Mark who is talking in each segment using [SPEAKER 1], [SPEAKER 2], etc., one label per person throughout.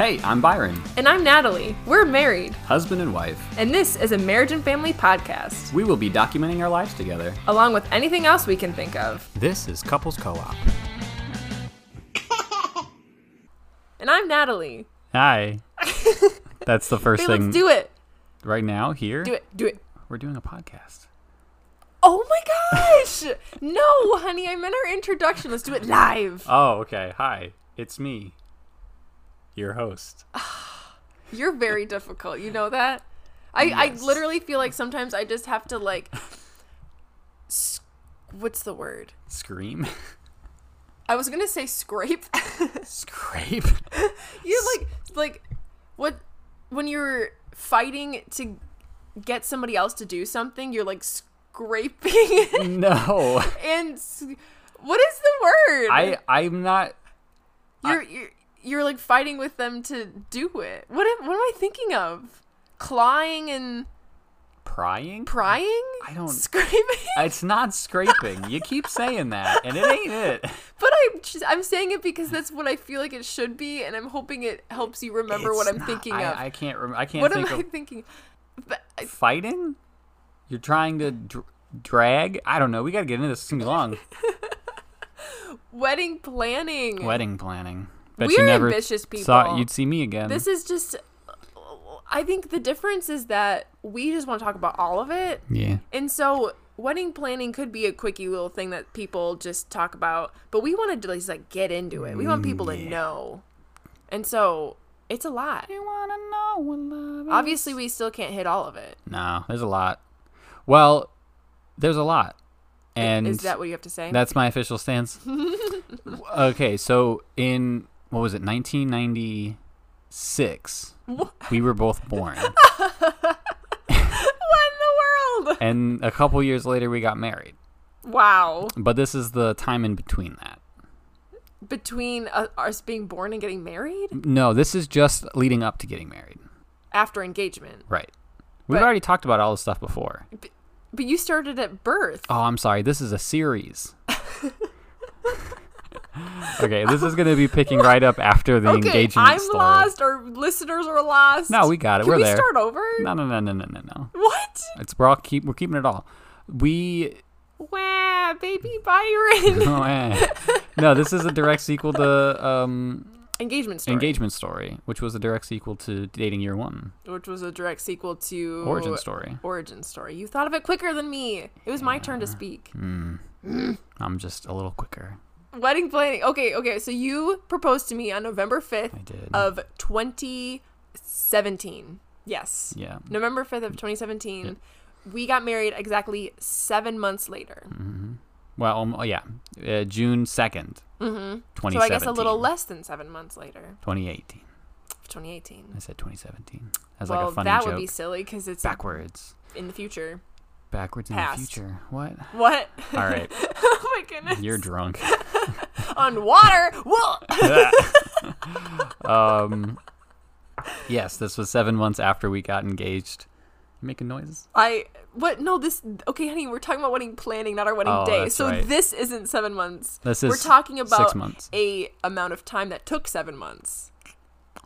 [SPEAKER 1] Hey, I'm Byron,
[SPEAKER 2] And I'm Natalie. We're married,
[SPEAKER 1] husband and wife.
[SPEAKER 2] and this is a marriage and family podcast,
[SPEAKER 1] We will be documenting our lives together.
[SPEAKER 2] along with anything else we can think of.
[SPEAKER 1] This is Couples Co op.
[SPEAKER 2] And I'm Natalie.
[SPEAKER 1] Hi. That's the first
[SPEAKER 2] Hey,
[SPEAKER 1] thing
[SPEAKER 2] let's do it.
[SPEAKER 1] right now here.
[SPEAKER 2] Do it. Do it.
[SPEAKER 1] We're doing a podcast.
[SPEAKER 2] Oh my gosh! no, honey, I meant our introduction. Let's do it live.
[SPEAKER 1] Oh, okay. Hi, it's me, your host.
[SPEAKER 2] You're very difficult. You know that? I, I literally feel like sometimes I just have to, like, s- what's the word?
[SPEAKER 1] Scream.
[SPEAKER 2] I was going to say scrape.
[SPEAKER 1] Scrape.
[SPEAKER 2] you like like what when you're fighting to get somebody else to do something you're like scraping
[SPEAKER 1] No.
[SPEAKER 2] and s- what is the word
[SPEAKER 1] I, I'm not.
[SPEAKER 2] you're, you're you're like fighting with them to do it what am, what am i thinking of clawing and
[SPEAKER 1] Prying?
[SPEAKER 2] prying
[SPEAKER 1] I don't-
[SPEAKER 2] scraping
[SPEAKER 1] It's not scraping. You keep saying that, and it ain't it.
[SPEAKER 2] but i'm just, i'm saying it because that's what i feel like it should be and i'm hoping it helps you remember what
[SPEAKER 1] It's
[SPEAKER 2] i'm
[SPEAKER 1] not-
[SPEAKER 2] thinking
[SPEAKER 1] I,
[SPEAKER 2] of
[SPEAKER 1] I can't. Rem- I can't
[SPEAKER 2] what am
[SPEAKER 1] think
[SPEAKER 2] i
[SPEAKER 1] of
[SPEAKER 2] thinking but I-
[SPEAKER 1] fighting. You're trying to dr- drag. I don't know. We got to get into this. It's gonna be long.
[SPEAKER 2] wedding planning
[SPEAKER 1] Wedding planning. Bet
[SPEAKER 2] We're ambitious
[SPEAKER 1] Thought
[SPEAKER 2] people.
[SPEAKER 1] you'd see me again.
[SPEAKER 2] this is just i think the difference is that we just want to talk about all of it
[SPEAKER 1] yeah.
[SPEAKER 2] and so wedding planning could be a quickie little thing that people just talk about but we want to just like get into it we
[SPEAKER 1] Mm,
[SPEAKER 2] want people to know and so it's a lot
[SPEAKER 1] You wanna know what love is?
[SPEAKER 2] obviously we still can't hit all of it
[SPEAKER 1] No, there's a lot. Well, there's a lot, and
[SPEAKER 2] is that what you have to say
[SPEAKER 1] that's my official stance. okay, so in what was it, 1996, we were both born,
[SPEAKER 2] what in the world
[SPEAKER 1] and a couple years later we got married.
[SPEAKER 2] wow
[SPEAKER 1] But this is the time in between that.
[SPEAKER 2] between uh, us being born and getting married
[SPEAKER 1] No, this is just leading up to getting married.
[SPEAKER 2] after engagement
[SPEAKER 1] Right. We've
[SPEAKER 2] But-
[SPEAKER 1] already talked about all this stuff before.
[SPEAKER 2] but you started at birth
[SPEAKER 1] Oh, I'm sorry. This is a series. okay, this is going to be picking right up after the engagement
[SPEAKER 2] I'm
[SPEAKER 1] story.
[SPEAKER 2] lost, or listeners are lost.
[SPEAKER 1] No, we got it.
[SPEAKER 2] Can
[SPEAKER 1] We're
[SPEAKER 2] we
[SPEAKER 1] there.
[SPEAKER 2] start over?
[SPEAKER 1] No, no, no, no, no, no, no.
[SPEAKER 2] What?
[SPEAKER 1] It's we're all keep we're keeping it all. We
[SPEAKER 2] Wow, baby Byron.
[SPEAKER 1] oh, eh. no, this is a direct sequel to um,
[SPEAKER 2] Engagement story,
[SPEAKER 1] engagement story, which was a direct sequel to dating year one
[SPEAKER 2] which was a direct sequel to
[SPEAKER 1] origin story.
[SPEAKER 2] Origin story. You thought of it quicker than me. It was my turn to speak.
[SPEAKER 1] Hmm.
[SPEAKER 2] Mm.
[SPEAKER 1] I'm just a little quicker.
[SPEAKER 2] Wedding planning. Okay, okay. So you proposed to me on November fifth
[SPEAKER 1] I did.
[SPEAKER 2] of 2017. Yes.
[SPEAKER 1] yeah.
[SPEAKER 2] November 5th of 2017. We got married exactly 7 months later.
[SPEAKER 1] Well, um, oh, yeah. Uh, June 2nd, mm-hmm.
[SPEAKER 2] So I guess a little less than 7 months later,
[SPEAKER 1] 2018.
[SPEAKER 2] 2018.
[SPEAKER 1] I said 2017. That's
[SPEAKER 2] well,
[SPEAKER 1] like a funny
[SPEAKER 2] that
[SPEAKER 1] joke.
[SPEAKER 2] would be silly because it's
[SPEAKER 1] Backwards.
[SPEAKER 2] in the future.
[SPEAKER 1] Backwards
[SPEAKER 2] Past.
[SPEAKER 1] in the future. What?
[SPEAKER 2] What?
[SPEAKER 1] All right.
[SPEAKER 2] oh my goodness!
[SPEAKER 1] You're drunk.
[SPEAKER 2] on water. Whoa!
[SPEAKER 1] um, yes, this was seven months after we got engaged. You making noises?
[SPEAKER 2] I what? No, this. Okay, honey, we're talking about wedding planning, not our wedding
[SPEAKER 1] Oh,
[SPEAKER 2] day.
[SPEAKER 1] that's
[SPEAKER 2] So
[SPEAKER 1] right.
[SPEAKER 2] this isn't seven months.
[SPEAKER 1] This
[SPEAKER 2] we're
[SPEAKER 1] is
[SPEAKER 2] talking
[SPEAKER 1] six
[SPEAKER 2] about
[SPEAKER 1] months.
[SPEAKER 2] a amount of time that took seven months.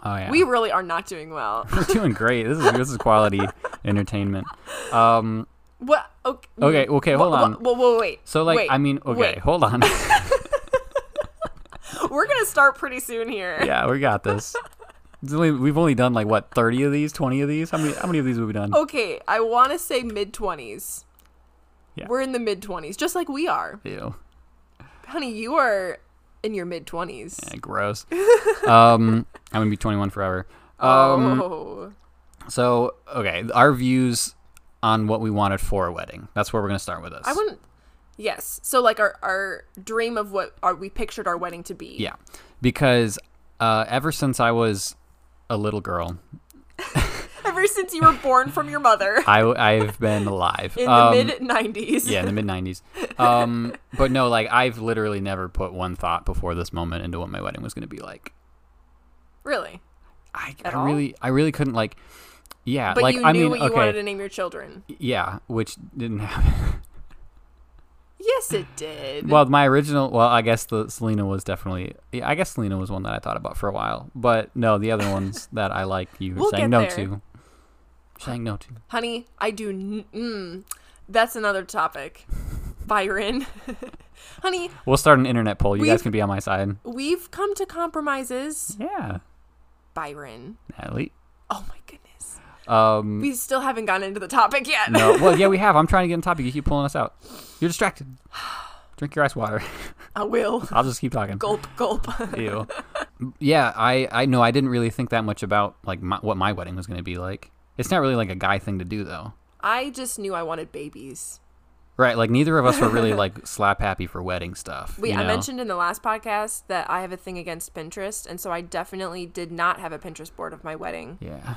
[SPEAKER 1] Oh yeah.
[SPEAKER 2] We really are not doing well.
[SPEAKER 1] We're doing great. This is this is quality entertainment. Um,
[SPEAKER 2] what? Okay.
[SPEAKER 1] okay. Okay. Hold on.
[SPEAKER 2] Whoa, whoa, whoa, wait.
[SPEAKER 1] so like,
[SPEAKER 2] wait,
[SPEAKER 1] I mean, okay,
[SPEAKER 2] wait.
[SPEAKER 1] hold on.
[SPEAKER 2] we're gonna start pretty soon here.
[SPEAKER 1] yeah, we got this. It's only, we've only done like what thirty of these, twenty of these. How many? How many of these have we done?
[SPEAKER 2] Okay, I want to say mid twenties.
[SPEAKER 1] Yeah.
[SPEAKER 2] We're in the mid twenties, just like we are.
[SPEAKER 1] Ew.
[SPEAKER 2] Honey, you are in your mid twenties.
[SPEAKER 1] Eh, gross. um, I'm gonna be 21 forever. Um,
[SPEAKER 2] oh,
[SPEAKER 1] so okay, our views on what we wanted for a wedding. That's where we're gonna start with this.
[SPEAKER 2] I wouldn't. Yes, so like our our dream of what our, we pictured our wedding to be.
[SPEAKER 1] yeah, because uh, ever since I was a little girl,
[SPEAKER 2] Ever since you were born from your mother
[SPEAKER 1] I I've been alive
[SPEAKER 2] in the
[SPEAKER 1] Um,
[SPEAKER 2] mid nineties.
[SPEAKER 1] Yeah, in the mid 90s. Um, but no, like I've literally never put one thought before this moment into what my wedding was gonna be like.
[SPEAKER 2] Really.
[SPEAKER 1] I,
[SPEAKER 2] At
[SPEAKER 1] I
[SPEAKER 2] all?
[SPEAKER 1] really I really couldn't like. Yeah,
[SPEAKER 2] But
[SPEAKER 1] Uh, like
[SPEAKER 2] you knew
[SPEAKER 1] I mean,
[SPEAKER 2] what you
[SPEAKER 1] okay,
[SPEAKER 2] wanted to name your children.
[SPEAKER 1] yeah, which didn't happen.
[SPEAKER 2] Yes, it did.
[SPEAKER 1] Well, my original, well, I guess the Selena was definitely, yeah, I guess Selena was one that I thought about for a while. But no, the other ones that I like, you
[SPEAKER 2] We'll
[SPEAKER 1] saying
[SPEAKER 2] get
[SPEAKER 1] no
[SPEAKER 2] there.
[SPEAKER 1] to. Saying no to.
[SPEAKER 2] Honey, I do. N- mm, that's another topic. Byron. Honey,
[SPEAKER 1] We'll start an internet poll. You guys
[SPEAKER 2] We've-
[SPEAKER 1] can be on my side.
[SPEAKER 2] we've come to compromises.
[SPEAKER 1] Yeah,
[SPEAKER 2] Byron.
[SPEAKER 1] Natalie.
[SPEAKER 2] Oh my goodness.
[SPEAKER 1] Um,
[SPEAKER 2] We still haven't gotten into the topic yet.
[SPEAKER 1] no, well, yeah, we have. I'm trying to get on topic. You keep pulling us out. You're distracted. Drink your ice water.
[SPEAKER 2] I will.
[SPEAKER 1] I'll just keep talking.
[SPEAKER 2] Gulp, gulp.
[SPEAKER 1] Ew. Yeah, I I know I didn't really think that much about like my, what my wedding was going to be like. It's not really like a guy thing to do though.
[SPEAKER 2] I just knew I wanted babies.
[SPEAKER 1] Right, like neither of us were really like slap happy for wedding stuff.
[SPEAKER 2] We,
[SPEAKER 1] you
[SPEAKER 2] I
[SPEAKER 1] know?
[SPEAKER 2] mentioned in the last podcast that I have a thing against Pinterest, and so I definitely did not have a Pinterest board of my wedding.
[SPEAKER 1] Yeah.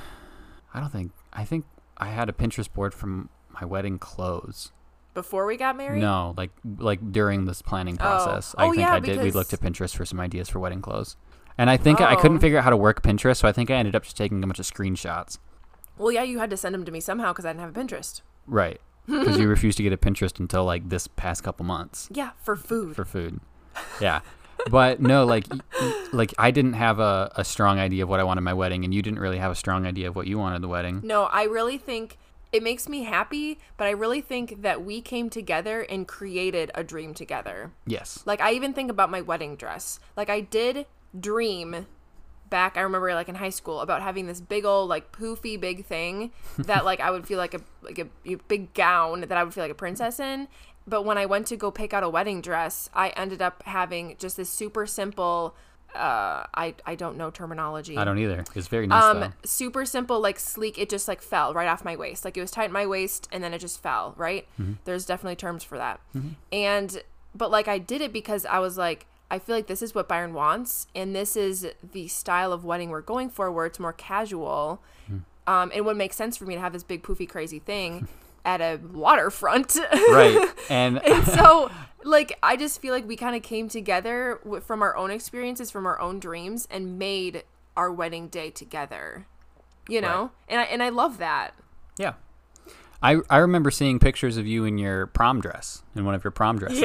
[SPEAKER 1] I don't think I think I had a Pinterest board from my wedding clothes.
[SPEAKER 2] Before we got married?
[SPEAKER 1] No, like like during this planning process, I
[SPEAKER 2] Oh,
[SPEAKER 1] think
[SPEAKER 2] yeah,
[SPEAKER 1] I did. We
[SPEAKER 2] because-
[SPEAKER 1] looked at Pinterest for some ideas for wedding clothes, and I think I couldn't
[SPEAKER 2] Oh.
[SPEAKER 1] figure out how to work Pinterest, so I think I ended up just taking a bunch of screenshots.
[SPEAKER 2] Well, yeah, you had to send them to me somehow because I didn't have a Pinterest.
[SPEAKER 1] Right, because you refused to get a Pinterest until like this past couple months
[SPEAKER 2] Yeah, for food.
[SPEAKER 1] for food. Yeah. But no, like, y- y- like I didn't have a, a strong idea of what I wanted my wedding, and you didn't really have a strong idea of what you wanted the wedding.
[SPEAKER 2] No, I really think it makes me happy, but I really think that we came together and created a dream together.
[SPEAKER 1] Yes,
[SPEAKER 2] Like I even think about my wedding dress. Like I did dream back I remember like in high school about having this big old like poofy big thing that like I would feel like a like a, a big gown that I would feel like a princess in. But when I went to go pick out a wedding dress, I ended up having just this super simple uh I I don't know terminology.
[SPEAKER 1] I don't either. It's very nice
[SPEAKER 2] Um,
[SPEAKER 1] though.
[SPEAKER 2] super simple, like sleek. It just like fell right off my waist. Like it was tight in my waist, and then it just fell. Right? There's definitely terms for that. And but like I did it because I was like, I feel like this is what Byron wants, and this is the style of wedding we're going for, where it's more casual. Um, it would make sense for me to have this big poofy crazy thing at a waterfront.
[SPEAKER 1] Right, and
[SPEAKER 2] so like i just feel like we kind of came together wi- from our own experiences from our own dreams and made our wedding day together you know and i and i love that
[SPEAKER 1] Yeah. I, I remember seeing pictures of you in your prom dress, in one of your prom dresses.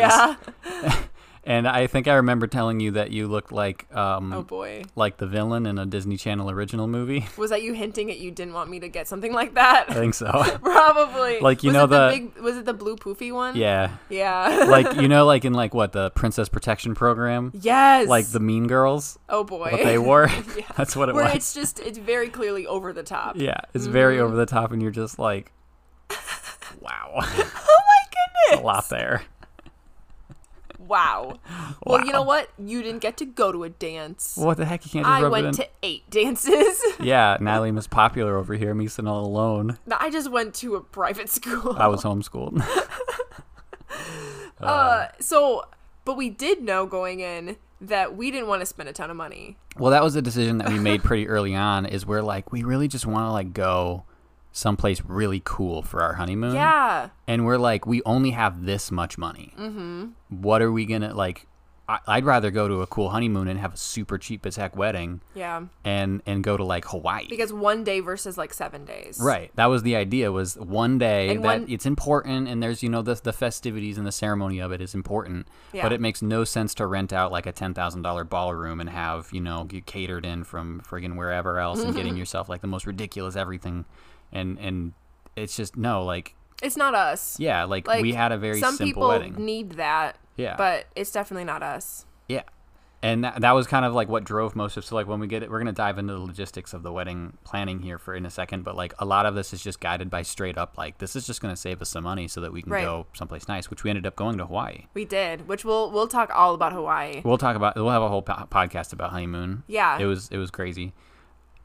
[SPEAKER 1] And I think I remember telling you that you looked like um
[SPEAKER 2] oh boy
[SPEAKER 1] like the villain in a Disney Channel original movie.
[SPEAKER 2] was that you hinting at you didn't want me to get something like that
[SPEAKER 1] I think so.
[SPEAKER 2] probably
[SPEAKER 1] Uh, Like, you
[SPEAKER 2] Was
[SPEAKER 1] know
[SPEAKER 2] it the,
[SPEAKER 1] the-
[SPEAKER 2] big was it the blue poofy one
[SPEAKER 1] yeah.
[SPEAKER 2] yeah
[SPEAKER 1] Like you know like in like what the Princess Protection program?
[SPEAKER 2] yes
[SPEAKER 1] Like the Mean Girls
[SPEAKER 2] oh boy
[SPEAKER 1] what they wore. That's what it
[SPEAKER 2] where
[SPEAKER 1] was.
[SPEAKER 2] it's Mm-hmm. just it's very clearly over the top
[SPEAKER 1] yeah. It's very over the top and you're just like wow.
[SPEAKER 2] oh my
[SPEAKER 1] a
[SPEAKER 2] goodness
[SPEAKER 1] lot there.
[SPEAKER 2] wow well you know what you didn't get to go to a dance
[SPEAKER 1] What the heck you can't just
[SPEAKER 2] I
[SPEAKER 1] rub
[SPEAKER 2] went
[SPEAKER 1] it in.
[SPEAKER 2] to eight dances.
[SPEAKER 1] yeah, Natalie was popular over here, me sitting all alone.
[SPEAKER 2] No, I just went to a private school.
[SPEAKER 1] I was homeschooled.
[SPEAKER 2] Uh, so, but we did know going in that we didn't want to spend a ton of money.
[SPEAKER 1] Well, that was a decision that we made pretty early on. Is we're like, we really just want to like go someplace really cool for our honeymoon.
[SPEAKER 2] Yeah.
[SPEAKER 1] And we're like, we only have this much money. Mm-hmm. What are we gonna like? I- I'd rather go to a cool honeymoon and have a super cheap as heck wedding,
[SPEAKER 2] Yeah.
[SPEAKER 1] and and go to like Hawaii.
[SPEAKER 2] Because one day versus like seven days.
[SPEAKER 1] Right. That was the idea was one day
[SPEAKER 2] And
[SPEAKER 1] that
[SPEAKER 2] one-
[SPEAKER 1] it's important and there's you know the the festivities and the ceremony of it is important,
[SPEAKER 2] Yeah.
[SPEAKER 1] but it makes no sense to rent out like a $10,000 ballroom and have, you know, you catered in from friggin' wherever else and getting yourself like the most ridiculous everything and and it's just no, like
[SPEAKER 2] It's not us.
[SPEAKER 1] yeah, like,
[SPEAKER 2] Like,
[SPEAKER 1] we had a very
[SPEAKER 2] Some
[SPEAKER 1] simple
[SPEAKER 2] people
[SPEAKER 1] wedding.
[SPEAKER 2] need that,
[SPEAKER 1] yeah.
[SPEAKER 2] but it's definitely not us.
[SPEAKER 1] Yeah. And that, that was kind of like what drove most of so like when we get it, we're gonna dive into the logistics of the wedding planning here for in a second, but like a lot of this is just guided by straight up like this is just gonna save us some money so that we can
[SPEAKER 2] Right.
[SPEAKER 1] go someplace nice, which we ended up going to Hawaii.
[SPEAKER 2] We did, which we'll we'll talk all about Hawaii.
[SPEAKER 1] We'll talk about we'll have a whole po- podcast about honeymoon.
[SPEAKER 2] Yeah.
[SPEAKER 1] it was it was crazy,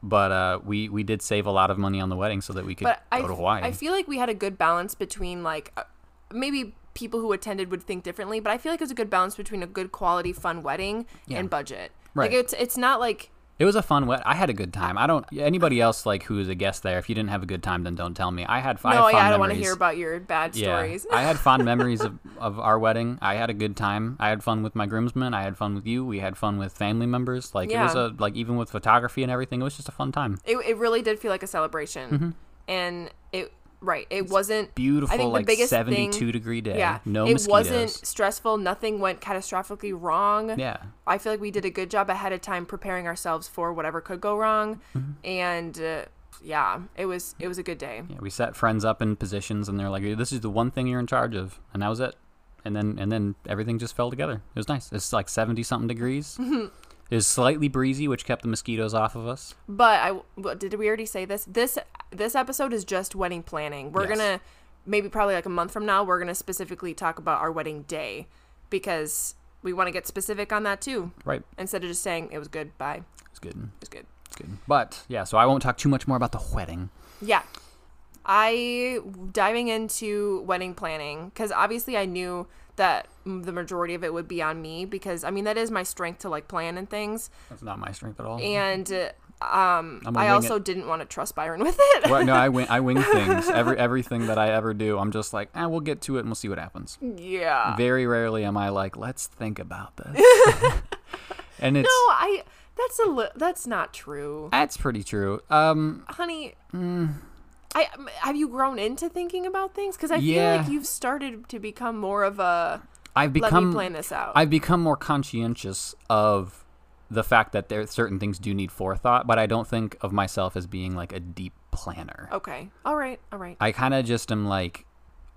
[SPEAKER 1] but uh, we we did save a lot of money on the wedding so that we could
[SPEAKER 2] but
[SPEAKER 1] go
[SPEAKER 2] I,
[SPEAKER 1] to Hawaii.
[SPEAKER 2] I feel like we had a good balance between like uh, maybe people who attended would think differently, but I feel like it was a good balance between a good quality, fun wedding and budget.
[SPEAKER 1] Right.
[SPEAKER 2] Like it's it's not like
[SPEAKER 1] It was a fun wet. I had a good time. I don't anybody else like who is a guest there. If you didn't have a good time, then don't tell me. I had five.
[SPEAKER 2] no,
[SPEAKER 1] fond
[SPEAKER 2] yeah, I don't want to
[SPEAKER 1] memories.
[SPEAKER 2] hear about your bad stories.
[SPEAKER 1] I had fond memories of, of our wedding. I had a good time. I had fun with my groomsmen. I had fun with you. We had fun with family members. Like it was a
[SPEAKER 2] Yeah.
[SPEAKER 1] like even with photography and everything, it was just a fun time.
[SPEAKER 2] It, it really did feel like a celebration, and it right. It wasn't
[SPEAKER 1] Mm-hmm. Beautiful,
[SPEAKER 2] I think the
[SPEAKER 1] like
[SPEAKER 2] biggest thing-
[SPEAKER 1] 72 degree day.
[SPEAKER 2] yeah.
[SPEAKER 1] No
[SPEAKER 2] it
[SPEAKER 1] mosquitoes.
[SPEAKER 2] wasn't stressful. Nothing went catastrophically wrong.
[SPEAKER 1] Yeah.
[SPEAKER 2] I feel like we did a good job ahead of time preparing ourselves for whatever could go wrong,
[SPEAKER 1] Mm-hmm.
[SPEAKER 2] and uh, yeah, it was it was a good day.
[SPEAKER 1] Yeah. We set friends up in positions, and they're like, "This is the one thing you're in charge of," and that was it. And then and then everything just fell together. It was nice. It's like 70 something degrees.
[SPEAKER 2] Mhm.
[SPEAKER 1] It was slightly breezy, which kept the mosquitoes off of us.
[SPEAKER 2] But I well, did we already say this? This this episode is just wedding planning. We're
[SPEAKER 1] Yes.
[SPEAKER 2] gonna maybe probably like a month from now. We're gonna specifically talk about our wedding day because we want to get specific on that too
[SPEAKER 1] Right.
[SPEAKER 2] instead of just saying it was good. Bye,
[SPEAKER 1] It's good.
[SPEAKER 2] it was good.
[SPEAKER 1] It's good. But yeah, so I won't talk too much more about the wedding.
[SPEAKER 2] Yeah. I diving into wedding planning cuz obviously I knew that m- the majority of it would be on me because I mean that is my strength to like plan and things
[SPEAKER 1] That's not my strength at all.
[SPEAKER 2] and uh,
[SPEAKER 1] I'm
[SPEAKER 2] um
[SPEAKER 1] gonna
[SPEAKER 2] I
[SPEAKER 1] wing
[SPEAKER 2] also didn't want to trust Byron with it.
[SPEAKER 1] well, no, I wing, I wing things. Every everything that I ever do, I'm just like, ah, we'll get to it and we'll see what happens.
[SPEAKER 2] yeah.
[SPEAKER 1] Very rarely am I like, let's think about this. and it's
[SPEAKER 2] No, I that's a li- that's not true.
[SPEAKER 1] that's pretty true. Um,
[SPEAKER 2] Honey,
[SPEAKER 1] Mm.
[SPEAKER 2] I m- have you grown into thinking about things cuz I
[SPEAKER 1] Yeah.
[SPEAKER 2] feel like you've started to become more of a
[SPEAKER 1] I've
[SPEAKER 2] let me
[SPEAKER 1] become
[SPEAKER 2] plan this out.
[SPEAKER 1] I've become more conscientious of the fact that there certain things do need forethought, but I don't think of myself as being like a deep planner.
[SPEAKER 2] okay. All right. All right.
[SPEAKER 1] I kind of just am like,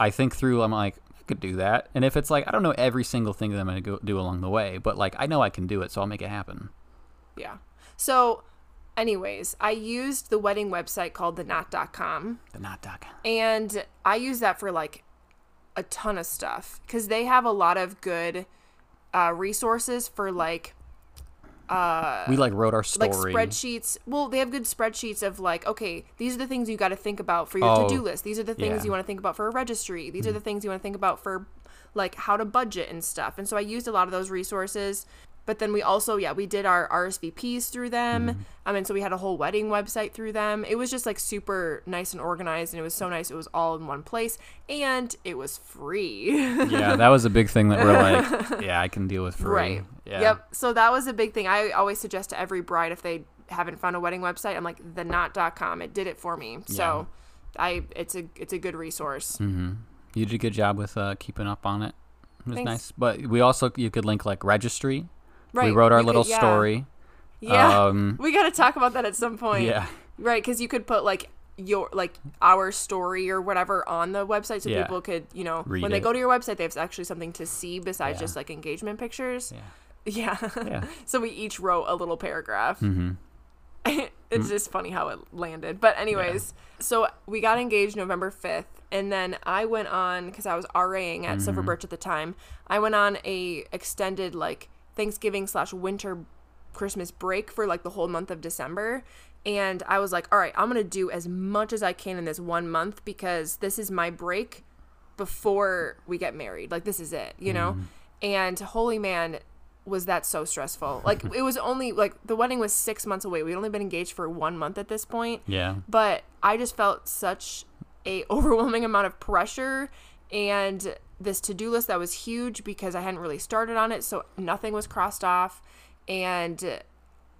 [SPEAKER 1] I think through. I'm like, I could do that. And if it's like, I don't know every single thing that I'm gonna go, do along the way, but like, I know I can do it, so I'll make it happen.
[SPEAKER 2] Yeah. So, anyways, I used the wedding website called thenot.com
[SPEAKER 1] The not doc.
[SPEAKER 2] and I use that for like a ton of stuff because they have a lot of good uh, resources for like
[SPEAKER 1] we like wrote our
[SPEAKER 2] like
[SPEAKER 1] story.
[SPEAKER 2] spreadsheets. Well, they have good spreadsheets of like, okay, these are the things you got to think about for your
[SPEAKER 1] Oh,
[SPEAKER 2] to-do list. These are the things
[SPEAKER 1] yeah. Mm.
[SPEAKER 2] you want to think about for a registry. These are the things you want to think about for like how to budget and stuff. And so I used a lot of those resources. But then we also, yeah, we did our RSVPs through them.
[SPEAKER 1] Mm-hmm.
[SPEAKER 2] Um, and so we had a whole wedding website through them. It was just like super nice and organized, and it was so nice. It was all in one place, and it was free.
[SPEAKER 1] yeah, that was a big thing that we're like, yeah, I can deal with free.
[SPEAKER 2] Right.
[SPEAKER 1] Yeah.
[SPEAKER 2] Yep. So that was a big thing. I always suggest to every bride if they haven't found a wedding website, I'm like the knot.com. It did it for me. So I it's a it's a good resource.
[SPEAKER 1] Hmm. You did a good job with uh, keeping up on it. It was
[SPEAKER 2] Thanks.
[SPEAKER 1] nice. But we also you could link like registry.
[SPEAKER 2] Right.
[SPEAKER 1] We wrote our
[SPEAKER 2] You could-
[SPEAKER 1] little
[SPEAKER 2] yeah.
[SPEAKER 1] story.
[SPEAKER 2] Yeah.
[SPEAKER 1] Um,
[SPEAKER 2] we got to talk about that at some point.
[SPEAKER 1] yeah.
[SPEAKER 2] Right, cuz you could put like your like our story or whatever on the website so
[SPEAKER 1] Yeah.
[SPEAKER 2] people could, you know,
[SPEAKER 1] Read
[SPEAKER 2] when they
[SPEAKER 1] it.
[SPEAKER 2] go to your website, they have actually something to see besides
[SPEAKER 1] Yeah.
[SPEAKER 2] just like engagement pictures.
[SPEAKER 1] Yeah.
[SPEAKER 2] Yeah.
[SPEAKER 1] Yeah.
[SPEAKER 2] so we each wrote a little paragraph.
[SPEAKER 1] Mm-hmm.
[SPEAKER 2] it's just funny how it landed. But anyways, so we got engaged November 5th and then I went on cuz I was RAing at Silver Birch at the time. I went on a extended like Thanksgiving/winter slash winter Christmas break for like the whole month of December. And I was like, all right, I'm going to do as much as I can in this one month because this is my break before we get married. Like, this is it, you know? And holy man, was that so stressful. Like, it was only like the wedding was six months away. We'd only been engaged for one month at this point
[SPEAKER 1] Yeah.
[SPEAKER 2] but I just felt such a overwhelming amount of pressure and this to-do list that was huge because I hadn't really started on it, so nothing was crossed off and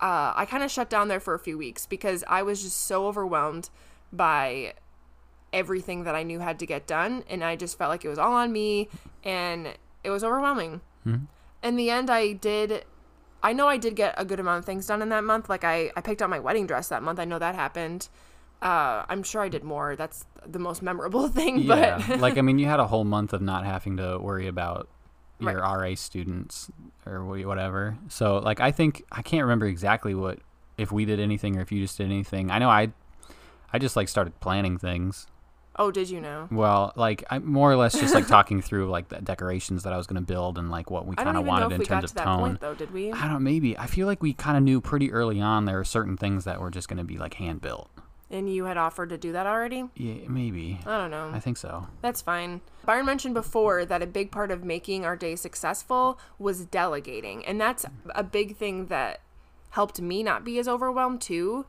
[SPEAKER 2] uh, I kind of shut down there for a few weeks because I was just so overwhelmed by everything that I knew had to get done and I just felt like it was all on me and it was overwhelming. In the end I did I know I did get a good amount of things done in that month. Like I, I picked out my wedding dress that month. I know that happened. Uh, I'm sure I did more. That's the most memorable thing.
[SPEAKER 1] Yeah.
[SPEAKER 2] But
[SPEAKER 1] like I mean, you had a whole month of not having to worry about your RA students or wh- whatever. So like I think I can't remember exactly what if we did anything or if you just did anything. I know I I just like started planning things.
[SPEAKER 2] oh, did you know?
[SPEAKER 1] Well, like I more or less just like talking through like the decorations that I was going to build and like what we
[SPEAKER 2] I
[SPEAKER 1] kind
[SPEAKER 2] don't
[SPEAKER 1] of
[SPEAKER 2] even know
[SPEAKER 1] wanted
[SPEAKER 2] if
[SPEAKER 1] in
[SPEAKER 2] we got
[SPEAKER 1] terms
[SPEAKER 2] to
[SPEAKER 1] of
[SPEAKER 2] that
[SPEAKER 1] tone.
[SPEAKER 2] point though. Did we?
[SPEAKER 1] I don't maybe. I feel like we kind of knew pretty early on there were certain things that were just going to be like hand built.
[SPEAKER 2] And you had offered to do that already.
[SPEAKER 1] Yeah, maybe.
[SPEAKER 2] I don't know.
[SPEAKER 1] I think so.
[SPEAKER 2] That's fine. Byron mentioned before that a big part of making our day successful was delegating, and that's a big thing that helped me not be as overwhelmed too.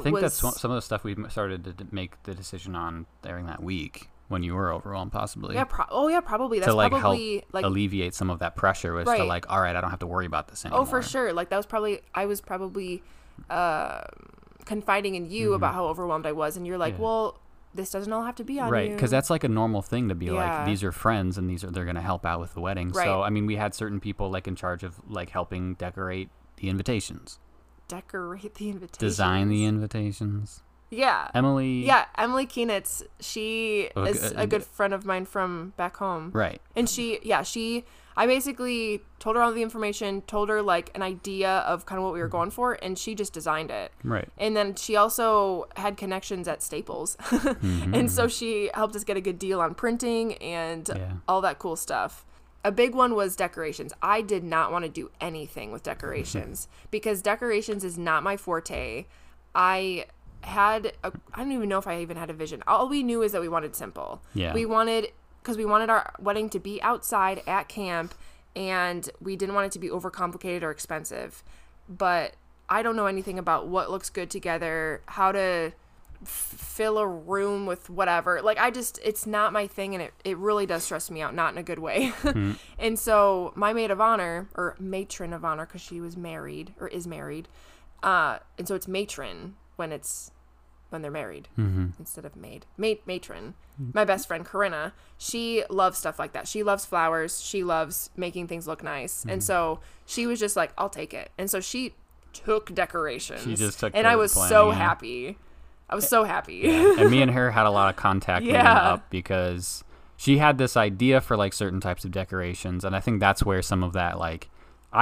[SPEAKER 1] I think
[SPEAKER 2] was,
[SPEAKER 1] that's one, some of the stuff we started to d- make the decision on during that week when you were overwhelmed, possibly.
[SPEAKER 2] yeah. Pro- oh yeah, probably. That's
[SPEAKER 1] To like
[SPEAKER 2] probably
[SPEAKER 1] help
[SPEAKER 2] like
[SPEAKER 1] alleviate some of that pressure was to
[SPEAKER 2] Right.
[SPEAKER 1] like, all right, I don't have to worry about this anymore.
[SPEAKER 2] Oh, for sure. Like that was probably I was probably uh, confiding in you about how overwhelmed I was, and you're like,
[SPEAKER 1] Mm-hmm. Yeah.
[SPEAKER 2] well, this doesn't all have to be on
[SPEAKER 1] right
[SPEAKER 2] you.
[SPEAKER 1] because that's like a normal thing to be
[SPEAKER 2] Yeah.
[SPEAKER 1] like these are friends and these are they're going to help out with the wedding so
[SPEAKER 2] Right.
[SPEAKER 1] i mean we had certain people like in charge of like helping decorate the invitations
[SPEAKER 2] decorate the invitation.
[SPEAKER 1] design the invitations
[SPEAKER 2] Yeah.
[SPEAKER 1] emily
[SPEAKER 2] Yeah, Emily Keenitz, she
[SPEAKER 1] Oh,
[SPEAKER 2] is
[SPEAKER 1] good.
[SPEAKER 2] a good friend of mine from back home.
[SPEAKER 1] right
[SPEAKER 2] And she, yeah, she, I basically told her all the information, told her like an idea of kind of what we were
[SPEAKER 1] Mm-hmm.
[SPEAKER 2] going for, and she just designed it.
[SPEAKER 1] right
[SPEAKER 2] And then she also had connections at Staples. And so she helped us get a good deal on printing and
[SPEAKER 1] Yeah.
[SPEAKER 2] all that cool stuff. A big one was decorations. I did not want to do anything with decorations because decorations is not my forte. I had a, I don't even know if I even had a vision. All we knew is that we wanted simple.
[SPEAKER 1] Yeah.
[SPEAKER 2] We wanted because we wanted our wedding to be outside at camp and we didn't want it to be overcomplicated or expensive. But I don't know anything about what looks good together, how to f- fill a room with whatever. Like I just it's not my thing and it, it really does stress me out, not in a good way. and so my maid of honor or matron of honor cuz she was married or is married. Uh and so it's matron when it's when they're married
[SPEAKER 1] Mm-hmm.
[SPEAKER 2] instead of maid. Maid matron. My best friend Corinna, she loves stuff like that. She loves flowers. She loves making things look nice.
[SPEAKER 1] Mm-hmm.
[SPEAKER 2] And so she was just like, I'll take it. And so she took decorations.
[SPEAKER 1] She just took
[SPEAKER 2] and
[SPEAKER 1] the
[SPEAKER 2] I was
[SPEAKER 1] plan,
[SPEAKER 2] so
[SPEAKER 1] yeah. Eh,
[SPEAKER 2] happy. I was so happy.
[SPEAKER 1] and me and her had a lot of contact leading
[SPEAKER 2] Yeah.
[SPEAKER 1] up because she had this idea for like certain types of decorations and i think that's where some of that like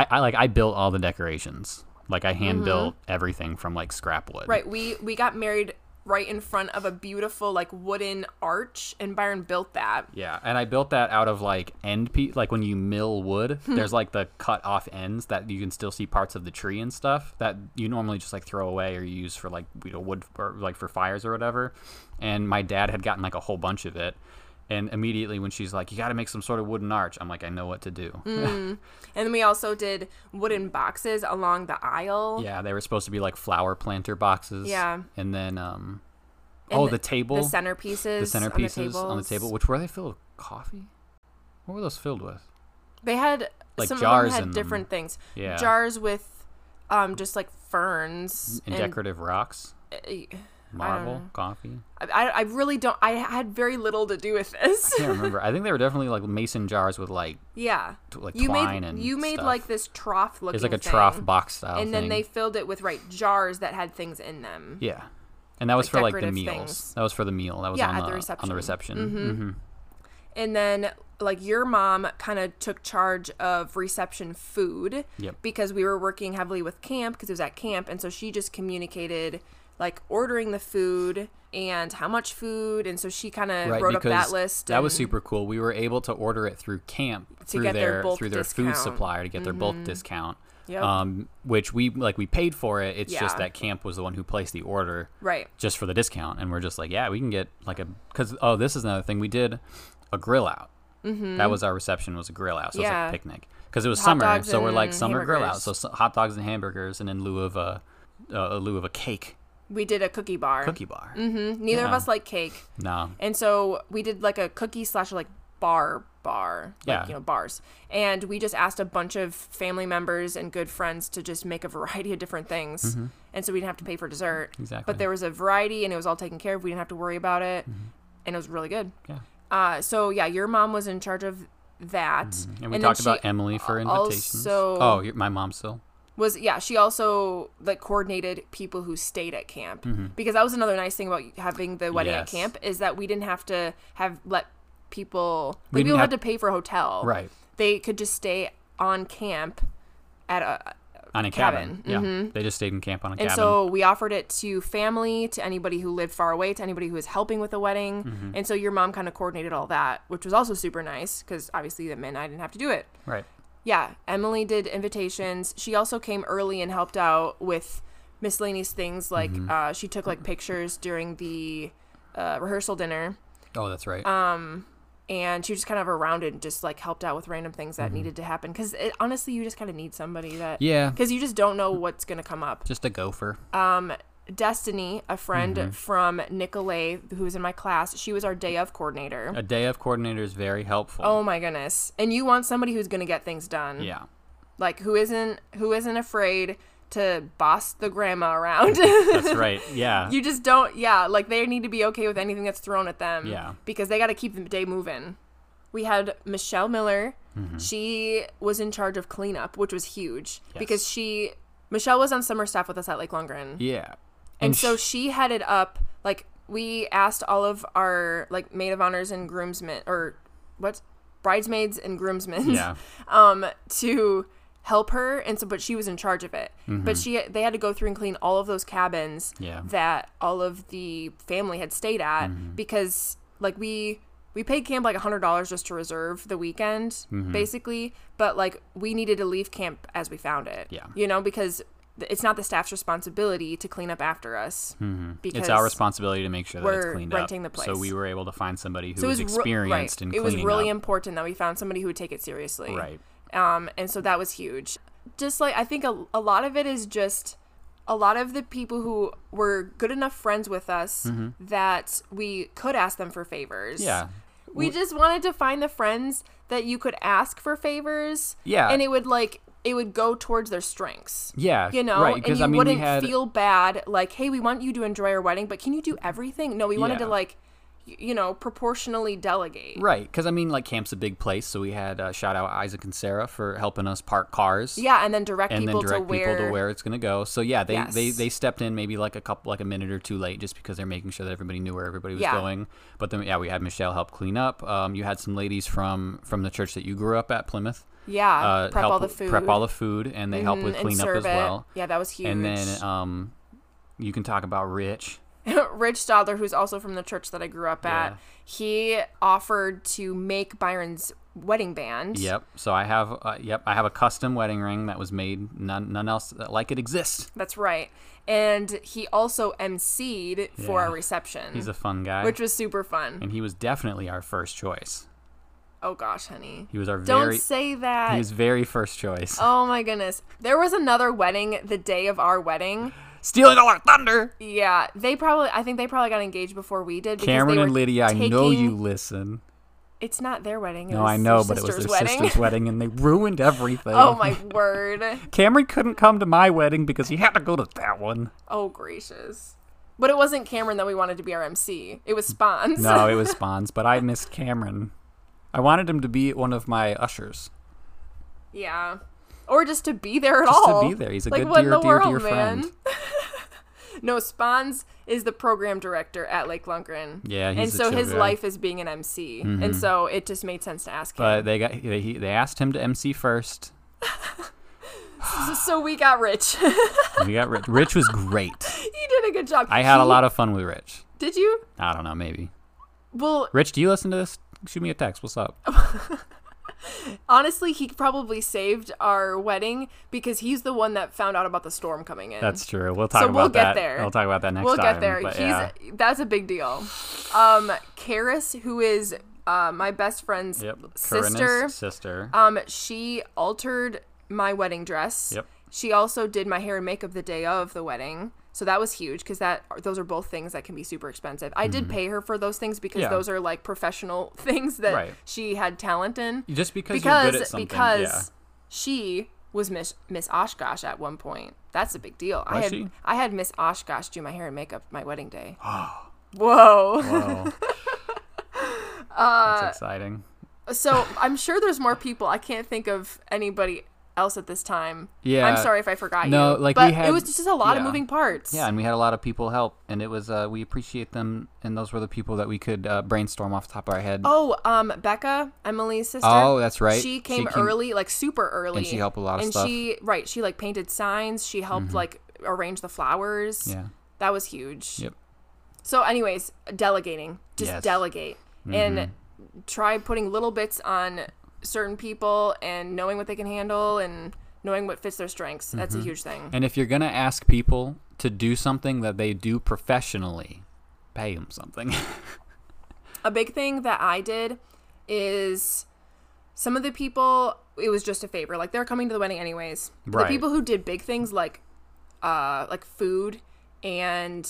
[SPEAKER 1] i, I like i built all the decorations like i hand built everything from like scrap wood
[SPEAKER 2] Right. We we got married right in front of a beautiful like wooden arch and Byron built that.
[SPEAKER 1] yeah and i built that out of like end piece like when you mill wood there's like the cut off ends that you can still see parts of the tree and stuff that you normally just like throw away or use for like you know wood or like for fires or whatever and my dad had gotten like a whole bunch of it and immediately when she's like you got to make some sort of wooden arch i'm like i know what to do
[SPEAKER 2] And then we also did wooden boxes along the aisle.
[SPEAKER 1] Yeah, they were supposed to be like flower planter boxes.
[SPEAKER 2] Yeah.
[SPEAKER 1] And then um
[SPEAKER 2] And
[SPEAKER 1] oh, the, table,
[SPEAKER 2] The
[SPEAKER 1] the,
[SPEAKER 2] centerpieces.
[SPEAKER 1] centerpieces on the,
[SPEAKER 2] tables.
[SPEAKER 1] table, which were they filled with coffee? What were those filled with?
[SPEAKER 2] They had
[SPEAKER 1] Like
[SPEAKER 2] some
[SPEAKER 1] jars
[SPEAKER 2] of
[SPEAKER 1] in
[SPEAKER 2] them had
[SPEAKER 1] them.
[SPEAKER 2] different things.
[SPEAKER 1] Yeah.
[SPEAKER 2] Jars with um just like ferns
[SPEAKER 1] Mm, And, decorative rocks,
[SPEAKER 2] uh,
[SPEAKER 1] marble, coffee.
[SPEAKER 2] I, I I really don't I had very little to do with this.
[SPEAKER 1] I can't remember. I think they were definitely like mason jars with like
[SPEAKER 2] yeah.
[SPEAKER 1] t- like
[SPEAKER 2] You
[SPEAKER 1] twine
[SPEAKER 2] made
[SPEAKER 1] and
[SPEAKER 2] you made
[SPEAKER 1] stuff.
[SPEAKER 2] like this trough looking
[SPEAKER 1] it's like a
[SPEAKER 2] thing,
[SPEAKER 1] trough box style
[SPEAKER 2] and then
[SPEAKER 1] thing.
[SPEAKER 2] they filled it with right jars that had things in them.
[SPEAKER 1] yeah. And that was
[SPEAKER 2] like,
[SPEAKER 1] for like the
[SPEAKER 2] decorative
[SPEAKER 1] meals.
[SPEAKER 2] things.
[SPEAKER 1] That was for the meal. That was
[SPEAKER 2] Yeah,
[SPEAKER 1] on,
[SPEAKER 2] at
[SPEAKER 1] the,
[SPEAKER 2] the
[SPEAKER 1] on the
[SPEAKER 2] reception. Mm-hmm.
[SPEAKER 1] reception. Mhm.
[SPEAKER 2] and then like your mom kind of took charge of reception food
[SPEAKER 1] Yep.
[SPEAKER 2] because we were working heavily with camp because it was at camp and so she just communicated like ordering the food and how much food and so she kind of wrote up that list
[SPEAKER 1] That was
[SPEAKER 2] and-
[SPEAKER 1] super cool. We were able to order it through camp through
[SPEAKER 2] get their
[SPEAKER 1] their,
[SPEAKER 2] bulk
[SPEAKER 1] through their food
[SPEAKER 2] discount. Mm-hmm.
[SPEAKER 1] supplier to get their bulk discount.
[SPEAKER 2] Yep.
[SPEAKER 1] Um, which we like we paid for it. It's just
[SPEAKER 2] Yeah.
[SPEAKER 1] that camp was the one who placed the order
[SPEAKER 2] right
[SPEAKER 1] just for the discount, and we're just like, yeah, we can get like a because oh, this is another thing we did a grill out. That was our reception was a grill out, so
[SPEAKER 2] Mm-hmm. Yeah.
[SPEAKER 1] it was like a picnic because it was
[SPEAKER 2] Hot
[SPEAKER 1] summer,
[SPEAKER 2] dogs
[SPEAKER 1] so we're like
[SPEAKER 2] and
[SPEAKER 1] summer grill out,
[SPEAKER 2] hamburgers.
[SPEAKER 1] so, so hot dogs and hamburgers, and in lieu of a uh, in lieu of a cake
[SPEAKER 2] we did a cookie bar
[SPEAKER 1] cookie bar.
[SPEAKER 2] Mhm. neither of
[SPEAKER 1] Yeah.
[SPEAKER 2] us like cake
[SPEAKER 1] No,
[SPEAKER 2] and so we did like a cookie slash like bar bar
[SPEAKER 1] Yeah.
[SPEAKER 2] like you know bars and we just asked a bunch of family members and good friends to just make a variety of different things and so we didn't have to pay for dessert
[SPEAKER 1] Mm-hmm. Exactly. Mm-hmm.
[SPEAKER 2] but there was a variety and it was all taken care of we didn't have to worry about it and it was really good
[SPEAKER 1] yeah,
[SPEAKER 2] uh, so yeah your mom was in charge of that
[SPEAKER 1] Mm-hmm. and we
[SPEAKER 2] then
[SPEAKER 1] talked about
[SPEAKER 2] she
[SPEAKER 1] Emily for invitations.
[SPEAKER 2] also-
[SPEAKER 1] oh, your- my mom still.
[SPEAKER 2] was yeah she also like coordinated people who stayed at camp because that was another nice thing about having the wedding
[SPEAKER 1] Mm-hmm. Yes.
[SPEAKER 2] at camp is that we didn't have to have let people like,
[SPEAKER 1] We
[SPEAKER 2] we
[SPEAKER 1] didn't
[SPEAKER 2] people had to
[SPEAKER 1] have-
[SPEAKER 2] pay for a hotel
[SPEAKER 1] Right.
[SPEAKER 2] they could just stay on camp at a
[SPEAKER 1] on a cabin.
[SPEAKER 2] Cabin. Mm-hmm.
[SPEAKER 1] Yeah, they just stayed in camp on a
[SPEAKER 2] and
[SPEAKER 1] cabin.
[SPEAKER 2] so we offered it to family to anybody who lived far away to anybody who was helping with the wedding
[SPEAKER 1] Mm-hmm.
[SPEAKER 2] and so your mom kind of coordinated all that which was also super nice because obviously that meant i didn't have to do it
[SPEAKER 1] right.
[SPEAKER 2] Yeah, Emily did invitations. She also came early and helped out with miscellaneous things like uh, she took like pictures during the uh, rehearsal dinner,
[SPEAKER 1] Oh, that's right.
[SPEAKER 2] Um, and she was just kind of around and just like helped out with random things that needed to happen. Because honestly, you just kind of need somebody that
[SPEAKER 1] yeah,
[SPEAKER 2] because you just don't know what's gonna come up.
[SPEAKER 1] just a gopher.
[SPEAKER 2] Um, Destiny, a friend from Nicolay who was in my class, she was our day of coordinator.
[SPEAKER 1] a day of coordinator is very helpful.
[SPEAKER 2] Oh my goodness! And you want somebody who's gonna get things done.
[SPEAKER 1] yeah,
[SPEAKER 2] like who isn't who isn't afraid to boss the grandma around.
[SPEAKER 1] That's right. Yeah.
[SPEAKER 2] you just don't yeah like they need to be okay with anything that's thrown at them
[SPEAKER 1] Yeah.
[SPEAKER 2] because they got to keep the day moving we had michelle miller
[SPEAKER 1] Mm-hmm.
[SPEAKER 2] she was in charge of cleanup which was huge because she michelle was on summer staff with us at lake longren
[SPEAKER 1] yeah. And,
[SPEAKER 2] and so
[SPEAKER 1] sh-
[SPEAKER 2] she had it up like we asked all of our like maid of honors and groomsmen or what bridesmaids and groomsmen
[SPEAKER 1] yeah.
[SPEAKER 2] um to help her and so but she was in charge of it but she they had to go through and clean all of those cabins
[SPEAKER 1] Mm-hmm. Yeah. Mm-hmm.
[SPEAKER 2] that all of the family had stayed at because like we we paid camp like $100 just to reserve the weekend
[SPEAKER 1] Mm-hmm.
[SPEAKER 2] basically but like we needed to leave camp as we found it
[SPEAKER 1] Yeah.
[SPEAKER 2] you know because th- it's not the staff's responsibility to clean up after us because
[SPEAKER 1] Mm-hmm. It's our responsibility to make sure that
[SPEAKER 2] we're
[SPEAKER 1] it's cleaned
[SPEAKER 2] renting
[SPEAKER 1] up.
[SPEAKER 2] the
[SPEAKER 1] So
[SPEAKER 2] place.
[SPEAKER 1] we were able to find somebody who
[SPEAKER 2] it
[SPEAKER 1] was
[SPEAKER 2] was re-
[SPEAKER 1] experienced
[SPEAKER 2] right.
[SPEAKER 1] in
[SPEAKER 2] it was
[SPEAKER 1] cleaning
[SPEAKER 2] really
[SPEAKER 1] up.
[SPEAKER 2] important that we found somebody who would take it seriously
[SPEAKER 1] right.
[SPEAKER 2] um, and so that was huge. Just like I think a, a lot of it is just a lot of the people who were good enough friends with us that we could ask them for favors.
[SPEAKER 1] Mm-hmm. Yeah.
[SPEAKER 2] we just wanted to find the friends that you could ask for favors.
[SPEAKER 1] Yeah.
[SPEAKER 2] and it would like it would go towards their strengths.
[SPEAKER 1] Yeah.
[SPEAKER 2] You know,
[SPEAKER 1] right,
[SPEAKER 2] and
[SPEAKER 1] 'cause,
[SPEAKER 2] you
[SPEAKER 1] I mean,
[SPEAKER 2] wouldn't
[SPEAKER 1] we had,
[SPEAKER 2] feel bad like, hey, we want you to enjoy our wedding, but can you do everything? No, we wanted
[SPEAKER 1] Mm-hmm. Yeah.
[SPEAKER 2] to like, y- you know, proportionally delegate.
[SPEAKER 1] Right, because I mean, like camp's a big place, so we had uh, shout out Isaac and Sarah for helping us park cars.
[SPEAKER 2] Yeah, and then direct
[SPEAKER 1] and then
[SPEAKER 2] people
[SPEAKER 1] direct
[SPEAKER 2] to where
[SPEAKER 1] people to where it's going to go. So yeah, they, they
[SPEAKER 2] Yes.
[SPEAKER 1] they stepped in maybe like a couple like a minute or two late just because they're making sure that everybody knew where everybody was
[SPEAKER 2] Yeah.
[SPEAKER 1] going. But then yeah, we had Michelle help clean up. Um, you had some ladies from from the church that you grew up at Plymouth.
[SPEAKER 2] Yeah,
[SPEAKER 1] Uh,
[SPEAKER 2] prep
[SPEAKER 1] help
[SPEAKER 2] all the
[SPEAKER 1] w-
[SPEAKER 2] food. Mm-hmm,
[SPEAKER 1] Prep all the food, and they help with
[SPEAKER 2] and
[SPEAKER 1] cleanup
[SPEAKER 2] serve
[SPEAKER 1] as well.
[SPEAKER 2] It. Yeah, that was huge.
[SPEAKER 1] And then um, you can talk about Rich.
[SPEAKER 2] Rich Stadler, who's also from the church that I grew up at,
[SPEAKER 1] Yeah.
[SPEAKER 2] he offered to make Byron's wedding band.
[SPEAKER 1] Yep. So I have uh, yep I have a custom wedding ring that was made none none else uh, like it exists.
[SPEAKER 2] That's right. And he also emceed for
[SPEAKER 1] Yeah.
[SPEAKER 2] our reception,
[SPEAKER 1] He's a fun guy.
[SPEAKER 2] which was super fun.
[SPEAKER 1] and he was definitely our first choice.
[SPEAKER 2] Oh gosh, honey.
[SPEAKER 1] He was our
[SPEAKER 2] Don't
[SPEAKER 1] very
[SPEAKER 2] say
[SPEAKER 1] he
[SPEAKER 2] that.
[SPEAKER 1] was very first choice.
[SPEAKER 2] oh my goodness. There was another wedding the day of our wedding.
[SPEAKER 1] Stealing all our thunder.
[SPEAKER 2] Yeah, they probably I think they probably got engaged before we did because they
[SPEAKER 1] Cameron
[SPEAKER 2] were
[SPEAKER 1] and Lydia, I know you
[SPEAKER 2] taking-
[SPEAKER 1] listen.
[SPEAKER 2] It's not their wedding. It
[SPEAKER 1] No,
[SPEAKER 2] was
[SPEAKER 1] I
[SPEAKER 2] their
[SPEAKER 1] know, but it was their
[SPEAKER 2] sister's
[SPEAKER 1] sister's wedding, and they ruined everything.
[SPEAKER 2] Oh my word.
[SPEAKER 1] Cameron couldn't come to my wedding because he had to go to that one.
[SPEAKER 2] Oh gracious. But it wasn't Cameron that we wanted to be our MC. It was Spons.
[SPEAKER 1] No, it was Spawns, but I missed Cameron. I wanted him to be one of my ushers.
[SPEAKER 2] yeah. Or just to be there at
[SPEAKER 1] Just
[SPEAKER 2] all.
[SPEAKER 1] to be there. He's a
[SPEAKER 2] Oh, like,
[SPEAKER 1] good
[SPEAKER 2] what in
[SPEAKER 1] dear,
[SPEAKER 2] the
[SPEAKER 1] dear, dear
[SPEAKER 2] world, man?
[SPEAKER 1] friend.
[SPEAKER 2] No, Spons is the program director at Lake Lundgren.
[SPEAKER 1] Yeah,
[SPEAKER 2] and
[SPEAKER 1] he's a
[SPEAKER 2] so
[SPEAKER 1] chill
[SPEAKER 2] his
[SPEAKER 1] guy.
[SPEAKER 2] life is being an MC. And so it just made sense to ask him.
[SPEAKER 1] But they got they, he, they asked him to MC first.
[SPEAKER 2] so, so we got Rich. he
[SPEAKER 1] and We got Rich. Rich was great.
[SPEAKER 2] did a good job.
[SPEAKER 1] I had a
[SPEAKER 2] He-
[SPEAKER 1] lot of fun with Rich.
[SPEAKER 2] Did you?
[SPEAKER 1] I don't know, maybe.
[SPEAKER 2] Well,
[SPEAKER 1] Rich, do you listen to this? Shoot me a text. What's up?
[SPEAKER 2] honestly, he probably saved our wedding because he's the one that found out about the storm coming in.
[SPEAKER 1] That's true. We'll talk
[SPEAKER 2] So
[SPEAKER 1] about
[SPEAKER 2] we'll get
[SPEAKER 1] that.
[SPEAKER 2] there.
[SPEAKER 1] We'll talk about that next
[SPEAKER 2] we'll
[SPEAKER 1] time.
[SPEAKER 2] get there.
[SPEAKER 1] but
[SPEAKER 2] He's
[SPEAKER 1] yeah.
[SPEAKER 2] that's a big deal. Um, Karis, who is uh, my best friend's
[SPEAKER 1] Yep. Corinna's
[SPEAKER 2] sister,
[SPEAKER 1] sister.
[SPEAKER 2] um, she altered my wedding dress.
[SPEAKER 1] Yep.
[SPEAKER 2] She also did my hair and makeup the day of the wedding. So that was huge because that those are both things that can be super expensive. I did pay her for those things because
[SPEAKER 1] Mm-hmm. Yeah.
[SPEAKER 2] those are like professional things that
[SPEAKER 1] Right.
[SPEAKER 2] she had talent in.
[SPEAKER 1] Just because, you're good at
[SPEAKER 2] Because
[SPEAKER 1] something.
[SPEAKER 2] because
[SPEAKER 1] yeah.
[SPEAKER 2] she was Miss Miss Oshkosh at one point. That's a big deal. I
[SPEAKER 1] Was
[SPEAKER 2] had
[SPEAKER 1] she?
[SPEAKER 2] I had Miss Oshkosh do my hair and makeup my wedding day. Whoa.
[SPEAKER 1] Whoa. Oh.
[SPEAKER 2] Uh,
[SPEAKER 1] That's exciting.
[SPEAKER 2] So I'm sure there's more people. I can't think of anybody else at this time.
[SPEAKER 1] Yeah.
[SPEAKER 2] I'm sorry if I forgot
[SPEAKER 1] No,
[SPEAKER 2] you.
[SPEAKER 1] like,
[SPEAKER 2] but
[SPEAKER 1] we had-
[SPEAKER 2] it was just a lot of
[SPEAKER 1] yeah.
[SPEAKER 2] moving parts.
[SPEAKER 1] Yeah, and we had a lot of people help, and it was uh, we appreciate them, and those were the people that we could uh, brainstorm off the top of our head.
[SPEAKER 2] Oh, um, Becca, Emily's sister.
[SPEAKER 1] Oh, that's right.
[SPEAKER 2] She
[SPEAKER 1] She
[SPEAKER 2] came,
[SPEAKER 1] came-
[SPEAKER 2] early, like super early,
[SPEAKER 1] And she helped with a lot of
[SPEAKER 2] and
[SPEAKER 1] stuff. Mm-hmm.
[SPEAKER 2] she, right, she like painted signs. She helped like arrange the flowers.
[SPEAKER 1] Yeah.
[SPEAKER 2] that was huge.
[SPEAKER 1] Yep.
[SPEAKER 2] So, anyways, delegating, just
[SPEAKER 1] Yes. Mm-hmm.
[SPEAKER 2] delegate, and try putting little bits on certain people and knowing what they can handle and knowing what fits their strengths. That's
[SPEAKER 1] Mm-hmm.
[SPEAKER 2] a huge thing.
[SPEAKER 1] And if you're gonna ask people to do something that they do professionally, pay them something.
[SPEAKER 2] a big thing that I did is some of the people it was just a favor. Like they're coming to the wedding anyways. But
[SPEAKER 1] Right.
[SPEAKER 2] The people who did big things like uh like food and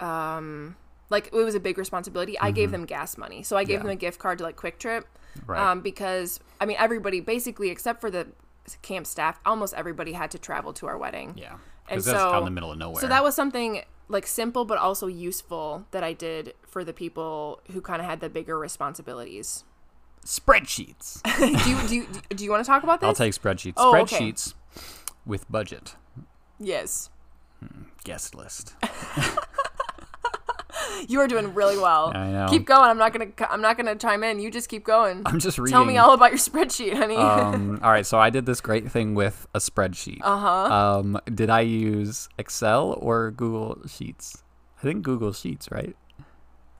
[SPEAKER 2] um like it was a big responsibility. I gave them gas money. So I gave
[SPEAKER 1] Mm-hmm. Yeah.
[SPEAKER 2] them a gift card to like Quick Trip.
[SPEAKER 1] Right.
[SPEAKER 2] Um because I mean everybody basically except for the camp staff, almost everybody had to travel to our wedding.
[SPEAKER 1] Yeah.
[SPEAKER 2] And
[SPEAKER 1] Because that's out
[SPEAKER 2] so-
[SPEAKER 1] in the middle of nowhere.
[SPEAKER 2] So that was something like simple but also useful that I did for the people who kind of had the bigger responsibilities.
[SPEAKER 1] spreadsheets.
[SPEAKER 2] do you do you, do you want to talk about this?
[SPEAKER 1] I'll take spreadsheets.
[SPEAKER 2] Oh, okay.
[SPEAKER 1] spreadsheets with budget.
[SPEAKER 2] yes.
[SPEAKER 1] Guest list.
[SPEAKER 2] You are doing really well.
[SPEAKER 1] I know.
[SPEAKER 2] Keep going. I'm not going to I'm not going to chime in. You just keep going.
[SPEAKER 1] I'm just reading.
[SPEAKER 2] Tell me all about your spreadsheet, honey.
[SPEAKER 1] um, all right, so I did this great thing with a spreadsheet. Uh huh. Um, did I use Excel or Google Sheets? I think Google Sheets, right?